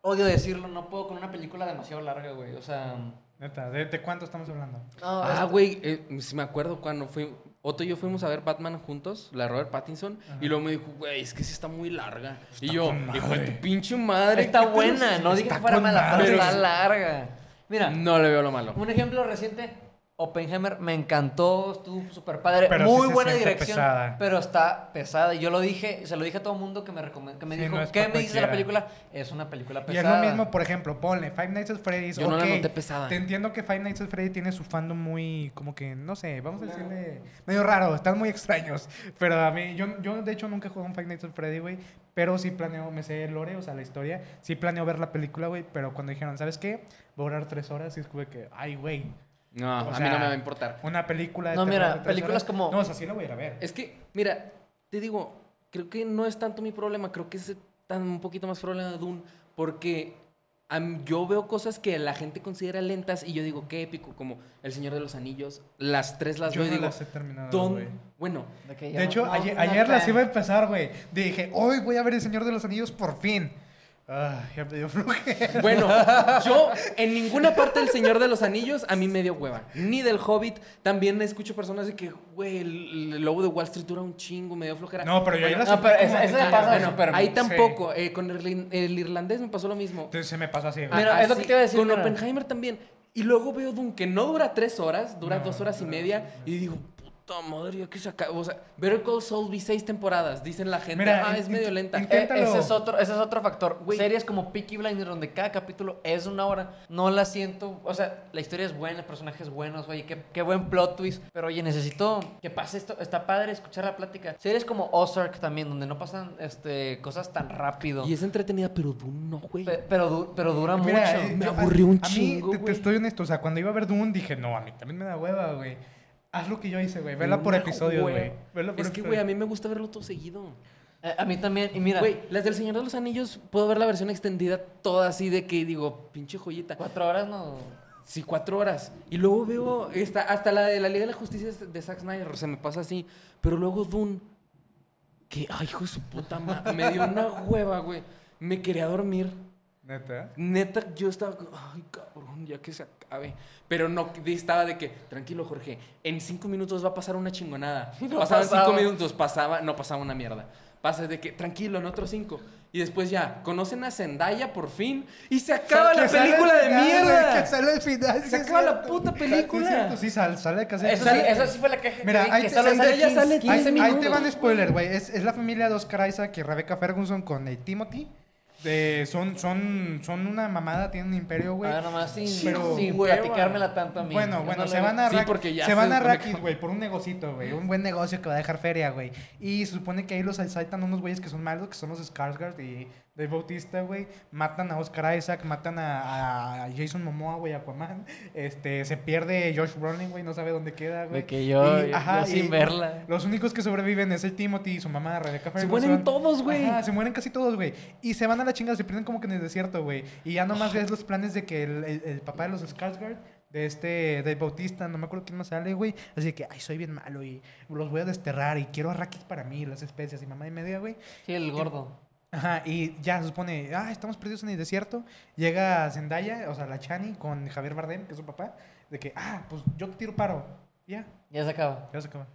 [SPEAKER 2] odio decirlo, no puedo con una película demasiado larga, güey. O sea,
[SPEAKER 1] Neta, ¿de, de cuánto estamos hablando?
[SPEAKER 2] no,
[SPEAKER 3] Ah,
[SPEAKER 2] es-
[SPEAKER 3] güey, eh, si me acuerdo cuando fui, Otto y yo fuimos a ver Batman juntos, la de Robert Pattinson, y luego me dijo, güey, es que sí está muy larga. y yo,
[SPEAKER 1] con madre.
[SPEAKER 3] hijo de tu pinche madre.
[SPEAKER 2] está
[SPEAKER 3] ¿qué te-
[SPEAKER 2] buena, no dije que
[SPEAKER 1] está
[SPEAKER 2] fuera
[SPEAKER 1] con
[SPEAKER 2] mala, pero
[SPEAKER 1] madre. Mm.
[SPEAKER 2] está larga. Mira,
[SPEAKER 3] No le veo lo malo.
[SPEAKER 2] un ejemplo reciente, Oppenheimer me encantó, estuvo súper padre,
[SPEAKER 1] Pero sí
[SPEAKER 2] muy
[SPEAKER 1] se
[SPEAKER 2] buena
[SPEAKER 1] siente
[SPEAKER 2] dirección,
[SPEAKER 1] pesada.
[SPEAKER 2] pero está pesada. Y Yo lo dije, se lo dije a todo el mundo que me recomendó, que me
[SPEAKER 1] Sí,
[SPEAKER 2] dijo,
[SPEAKER 1] no es
[SPEAKER 2] ¿qué
[SPEAKER 1] para
[SPEAKER 2] me dices de la
[SPEAKER 1] cualquiera".
[SPEAKER 2] película? Es una película
[SPEAKER 1] Y es
[SPEAKER 2] pesada.
[SPEAKER 1] lo mismo, por ejemplo, ponle Five Nights at Freddy's.
[SPEAKER 3] Yo no la
[SPEAKER 1] ok,
[SPEAKER 3] noté pesada.
[SPEAKER 1] Te entiendo que Five Nights at Freddy's tiene su fandom muy, como que, no sé, vamos a decirle, medio raro, están muy extraños. Pero a mí, yo, yo de hecho nunca he jugado un Five Nights at Freddy, güey. Pero sí planeo, me sé el lore, o sea, la historia. Sí planeo ver la película, güey. Pero cuando dijeron, ¿sabes qué? Voy a durar tres horas y es como que, ay, güey.
[SPEAKER 3] No,
[SPEAKER 1] O
[SPEAKER 3] a mí
[SPEAKER 1] sea,
[SPEAKER 3] no me va a importar.
[SPEAKER 1] Una película de
[SPEAKER 2] No,
[SPEAKER 1] terror
[SPEAKER 2] mira,
[SPEAKER 1] de tres
[SPEAKER 2] películas
[SPEAKER 1] horas.
[SPEAKER 2] como-
[SPEAKER 1] No, o sea, sí la voy a ir a ver.
[SPEAKER 3] Es que, mira, te digo, creo que no es tanto mi problema, creo que es tan, un poquito más problema de Dune, porque a mí- yo veo cosas que la gente considera lentas y yo digo, qué épico, como El Señor de los Anillos, las tres las
[SPEAKER 1] yo
[SPEAKER 3] veo y
[SPEAKER 1] no
[SPEAKER 3] digo,
[SPEAKER 1] las he terminado,
[SPEAKER 3] "Don-
[SPEAKER 1] güey.
[SPEAKER 3] bueno,
[SPEAKER 2] De, que ya
[SPEAKER 1] De hecho,
[SPEAKER 2] no-
[SPEAKER 1] ayer,
[SPEAKER 2] no
[SPEAKER 1] ayer las
[SPEAKER 2] te-
[SPEAKER 1] iba a empezar, güey. Dije, hoy voy a ver El Señor de los Anillos por fin. Ah, ya me dio flojera.
[SPEAKER 3] Bueno, yo en ninguna parte del Señor de los Anillos a mí me dio hueva. Ni del Hobbit. También escucho personas de que, güey, el, el lobo de Wall Street dura un chingo, me dio flojera.
[SPEAKER 1] No, pero yo ahí la
[SPEAKER 2] No, pero
[SPEAKER 1] sentí
[SPEAKER 2] esa-
[SPEAKER 1] como
[SPEAKER 2] esa
[SPEAKER 1] que-
[SPEAKER 2] le pasa a
[SPEAKER 1] Bueno,
[SPEAKER 2] Superman.
[SPEAKER 3] Ahí
[SPEAKER 1] sí.
[SPEAKER 3] tampoco. Eh, con el, irl- el irlandés me pasó lo mismo.
[SPEAKER 1] Entonces se me pasó así. güey.
[SPEAKER 2] Mira, es lo que te iba a decir,
[SPEAKER 3] Con
[SPEAKER 2] mira.
[SPEAKER 3] Oppenheimer también. Y luego veo Dune que no dura tres horas, dura
[SPEAKER 1] No,
[SPEAKER 3] dos horas y media. Y digo, puta madre, ya que se acaba. O sea, Better Call Saul vi seis temporadas. Dicen la gente,
[SPEAKER 1] Mira,
[SPEAKER 3] ah,
[SPEAKER 1] en-
[SPEAKER 3] es medio
[SPEAKER 1] en-
[SPEAKER 3] lenta.
[SPEAKER 1] en-
[SPEAKER 2] Eh,
[SPEAKER 1] Inténtalo.
[SPEAKER 2] ese, es otro, ese es otro factor.
[SPEAKER 3] Güey.
[SPEAKER 2] Series como Peaky Blinders, donde cada capítulo es una hora, no la siento. O sea, la historia es buena, personajes buenos, oye, qué, qué buen plot twist. Pero oye, necesito que pase esto. Está padre escuchar la plática. Series como Ozark también, donde no pasan este, cosas tan rápido.
[SPEAKER 3] Y es entretenida, pero Dune no, güey.
[SPEAKER 2] Pe- pero, du- pero dura
[SPEAKER 1] Mira,
[SPEAKER 2] mucho.
[SPEAKER 1] eh,
[SPEAKER 3] me
[SPEAKER 1] yo-
[SPEAKER 3] aburrió un
[SPEAKER 1] a mí,
[SPEAKER 3] chingo,
[SPEAKER 1] te- te,
[SPEAKER 3] güey.
[SPEAKER 1] estoy honesto, o sea, cuando iba a ver Dune dije, no, a mí también me da hueva, güey. Haz lo que yo hice, güey. Vela por
[SPEAKER 3] Una
[SPEAKER 1] episodios,
[SPEAKER 3] hueva.
[SPEAKER 1] güey. Vela por
[SPEAKER 3] Es que,
[SPEAKER 1] episodios.
[SPEAKER 3] güey, a mí me gusta verlo todo seguido.
[SPEAKER 2] Eh, a mí también. Y mira,
[SPEAKER 3] Güey, las del Señor de los Anillos, puedo ver la versión extendida toda así de que digo, pinche joyita.
[SPEAKER 2] cuatro horas no.
[SPEAKER 3] Sí, cuatro horas. Y luego veo esta, hasta la de la Liga de la Justicia es de Zack Snyder, se me pasa así. Pero luego Dune, que, ay, hijo de su puta madre, me dio una hueva, güey. Me quería dormir.
[SPEAKER 1] Neta.
[SPEAKER 3] Neta, yo estaba, como, ay, cabrón, ya que se acabe. Pero no, estaba de que, tranquilo, Jorge, en cinco minutos va a pasar una chingonada.
[SPEAKER 2] Y no
[SPEAKER 3] Pasaban
[SPEAKER 2] pasaba.
[SPEAKER 3] cinco minutos, pasaba, no pasaba una mierda. Pasa de que, tranquilo, en otros cinco. Y después ya, conocen a Zendaya por fin y se acaba la
[SPEAKER 1] Que sale
[SPEAKER 3] película
[SPEAKER 1] al
[SPEAKER 3] de
[SPEAKER 1] final, güey,
[SPEAKER 3] mierda.
[SPEAKER 1] Que sale al final.
[SPEAKER 3] Se
[SPEAKER 1] sí es
[SPEAKER 3] acaba la
[SPEAKER 1] cierto.
[SPEAKER 3] puta
[SPEAKER 1] Sí,
[SPEAKER 3] película.
[SPEAKER 1] Sí, es cierto, sí, sal- sale de casa.
[SPEAKER 2] Eso sí, eso sí fue la queja. que
[SPEAKER 1] Mira,
[SPEAKER 2] vi,
[SPEAKER 1] ahí
[SPEAKER 2] Eh, que
[SPEAKER 1] te-
[SPEAKER 2] solo
[SPEAKER 1] ahí
[SPEAKER 2] sale
[SPEAKER 3] te- ya sale
[SPEAKER 2] 15
[SPEAKER 1] Ahí, ahí te
[SPEAKER 2] minutos.
[SPEAKER 1] van spoiler, güey. Es, es la familia de Oscar Isaac y Rebecca Ferguson con eh, Timothy. De, son, son, son una mamada, tienen un imperio, güey.
[SPEAKER 2] Ah, nomás sin,
[SPEAKER 1] Pero-
[SPEAKER 2] sin
[SPEAKER 3] Hueva.
[SPEAKER 2] platicármela tanto a mí.
[SPEAKER 1] Bueno,
[SPEAKER 2] Yo
[SPEAKER 1] bueno,
[SPEAKER 2] no
[SPEAKER 1] se
[SPEAKER 2] le-
[SPEAKER 1] van a
[SPEAKER 3] Sí,
[SPEAKER 1] Rack-
[SPEAKER 3] porque ya
[SPEAKER 1] se van
[SPEAKER 3] se
[SPEAKER 1] a
[SPEAKER 3] supone
[SPEAKER 1] Rackit,
[SPEAKER 3] que-
[SPEAKER 1] güey, por un negocito, güey, un buen negocio que va a dejar feria, güey. Y se supone que ahí los asaltan unos güeyes que son malos, que son los Skarsgård y Dave Bautista, güey. Matan a Oscar Isaac, matan a, a Jason Momoa, güey, Aquaman. Este, se pierde Josh Brolin, güey, no sabe dónde queda, güey.
[SPEAKER 2] De que yo- yo- yo sin
[SPEAKER 1] y
[SPEAKER 2] verla.
[SPEAKER 1] Los únicos que sobreviven es el Timothy y su mamá Rebecca
[SPEAKER 3] Se
[SPEAKER 1] Ferguson.
[SPEAKER 3] mueren todos, güey.
[SPEAKER 1] Ajá, se mueren casi todos, güey. Y se van a la chingada, se pierden como que en el desierto, güey. Y ya nomás ves los planes de que el, el- el papá de los Skarsgård, de este, del Bautista, no me acuerdo quién más sale, güey. Así que, ay, soy bien malo y los voy a desterrar y quiero arraquis para mí, las especias y mamá y media, güey.
[SPEAKER 2] Sí, el gordo.
[SPEAKER 1] Ajá, y ya se supone, ah, estamos perdidos en el desierto. Llega Zendaya, o sea, la Chani, con Javier Bardem, que es su papá, de que, ah, pues yo te tiro paro. Ya,
[SPEAKER 2] Ya se acaba.
[SPEAKER 1] ya se acaba.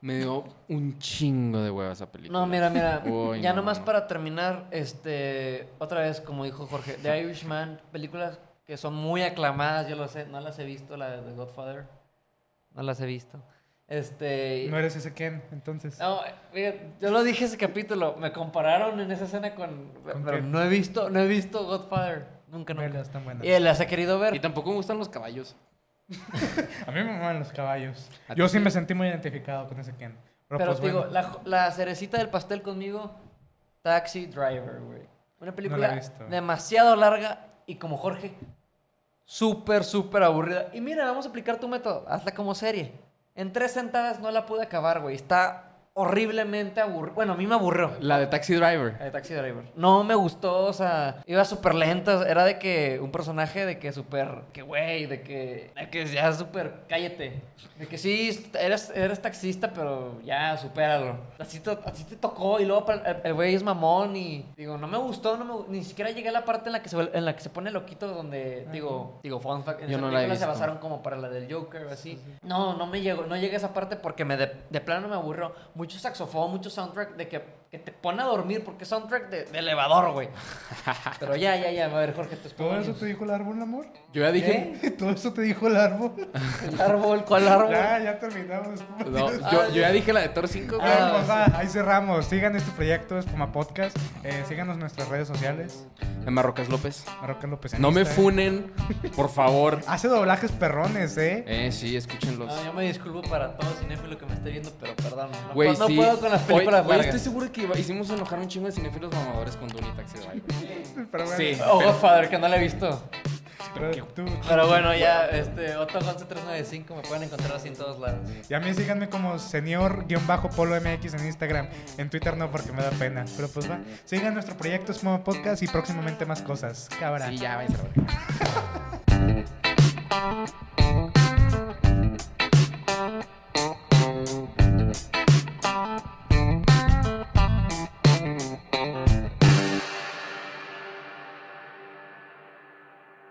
[SPEAKER 3] Me dio un chingo de hueva esa película.
[SPEAKER 2] No, mira, mira.
[SPEAKER 3] Uy,
[SPEAKER 2] ya
[SPEAKER 3] no,
[SPEAKER 2] nomás
[SPEAKER 3] no.
[SPEAKER 2] para terminar, este, otra vez, como dijo Jorge, The Irishman, películas que son muy aclamadas, yo lo sé, no las he visto, la de The Godfather, no las he visto. Este...
[SPEAKER 1] No eres ese Ken, entonces.
[SPEAKER 2] No, mira, yo lo dije ese capítulo, me compararon en esa escena con... pero
[SPEAKER 1] qué?
[SPEAKER 2] no he visto, no he visto Godfather, nunca,
[SPEAKER 1] Vela,
[SPEAKER 2] nunca.
[SPEAKER 1] están buenas.
[SPEAKER 2] Y las he querido ver.
[SPEAKER 3] Y tampoco me gustan los caballos.
[SPEAKER 1] A mí me mueven los caballos.
[SPEAKER 3] ¿A
[SPEAKER 1] Yo
[SPEAKER 3] ti
[SPEAKER 1] sí
[SPEAKER 3] sí?
[SPEAKER 1] me sentí muy identificado con ese Ken. Pero,
[SPEAKER 2] Pero
[SPEAKER 1] pues
[SPEAKER 2] te digo,
[SPEAKER 1] bueno,
[SPEAKER 2] la, jo- la cerecita del pastel conmigo, Taxi Driver, güey. Una película
[SPEAKER 1] visto.
[SPEAKER 2] demasiado larga y como Jorge, súper, súper aburrida. Y mira, vamos a aplicar tu método, hazla como serie. En tres sentadas no la pude acabar, güey. Está horriblemente aburrida. Bueno, a mí me aburrió.
[SPEAKER 3] La de Taxi Driver.
[SPEAKER 2] La de Eh, Taxi Driver. No me gustó, o sea, iba súper lenta. Era de que un personaje de que súper, que güey, de que, de que ya súper, cállate. De que sí, eres, eres taxista, pero ya, supéralo. Así te, así te tocó y luego pa- el- el güey es mamón y digo, no me gustó, no me gu- ni siquiera llegué a la parte en la que se, vuel- en la que se pone loquito donde,
[SPEAKER 3] Ah.
[SPEAKER 2] digo, digo, fun fact, en
[SPEAKER 3] Yo
[SPEAKER 2] esa
[SPEAKER 3] no la he
[SPEAKER 2] película se
[SPEAKER 3] visto.
[SPEAKER 2] basaron como para la del Joker o así. No, no me llegó, no llegué a esa parte porque me de, de plano me aburrió. Mucho saxofón, mucho soundtrack de que, que te pone a dormir porque es soundtrack de, de elevador, güey. Pero ya, ya, ya, a ver, Jorge, tus
[SPEAKER 1] ¿Todo eso
[SPEAKER 2] opiniones.
[SPEAKER 1] te dijo el árbol, amor?
[SPEAKER 3] Yo ya dije.
[SPEAKER 2] ¿Eh?
[SPEAKER 1] ¿Todo eso te dijo el árbol?
[SPEAKER 2] El árbol, ¿cuál árbol? Ah.
[SPEAKER 1] Ya, ya terminamos.
[SPEAKER 3] No, yo, yo ya dije la de Thor 5. güey.
[SPEAKER 1] Bueno, pues, va, ahí cerramos. Sigan este proyecto, es como podcast. Eh, síganos en nuestras redes sociales.
[SPEAKER 3] De Marrocas López.
[SPEAKER 1] Marroca López. en
[SPEAKER 3] No me
[SPEAKER 1] Instagram.
[SPEAKER 3] funen, por favor.
[SPEAKER 2] Ah.
[SPEAKER 1] Hace doblajes perrones, ¿eh?
[SPEAKER 3] Eh, sí, escúchenlos.
[SPEAKER 2] No, yo me disculpo para todo cinéfilo que me esté viendo, pero perdón. No,
[SPEAKER 3] Güey,
[SPEAKER 2] puedo- no
[SPEAKER 3] sí.
[SPEAKER 2] puedo con las películas
[SPEAKER 3] Hoy- hoy
[SPEAKER 2] largas.
[SPEAKER 3] estoy seguro que iba- hicimos enojar un chingo de cinéfilos mamadores con Dune y Taxi Driver.
[SPEAKER 1] Pero bueno,
[SPEAKER 3] Sí.
[SPEAKER 2] Oh, Godfather, que no la he visto.
[SPEAKER 1] pero tú-
[SPEAKER 2] Pero bueno, ya, este, Otto 11395 me pueden encontrar así en todos lados.
[SPEAKER 1] Y a mí síganme como señor-polo MX en Instagram. En Twitter no, porque me da pena. Pero pues va. Sigan nuestro proyecto, es como podcast y próximamente más cosas. Cabra.
[SPEAKER 3] Sí, ya, vais a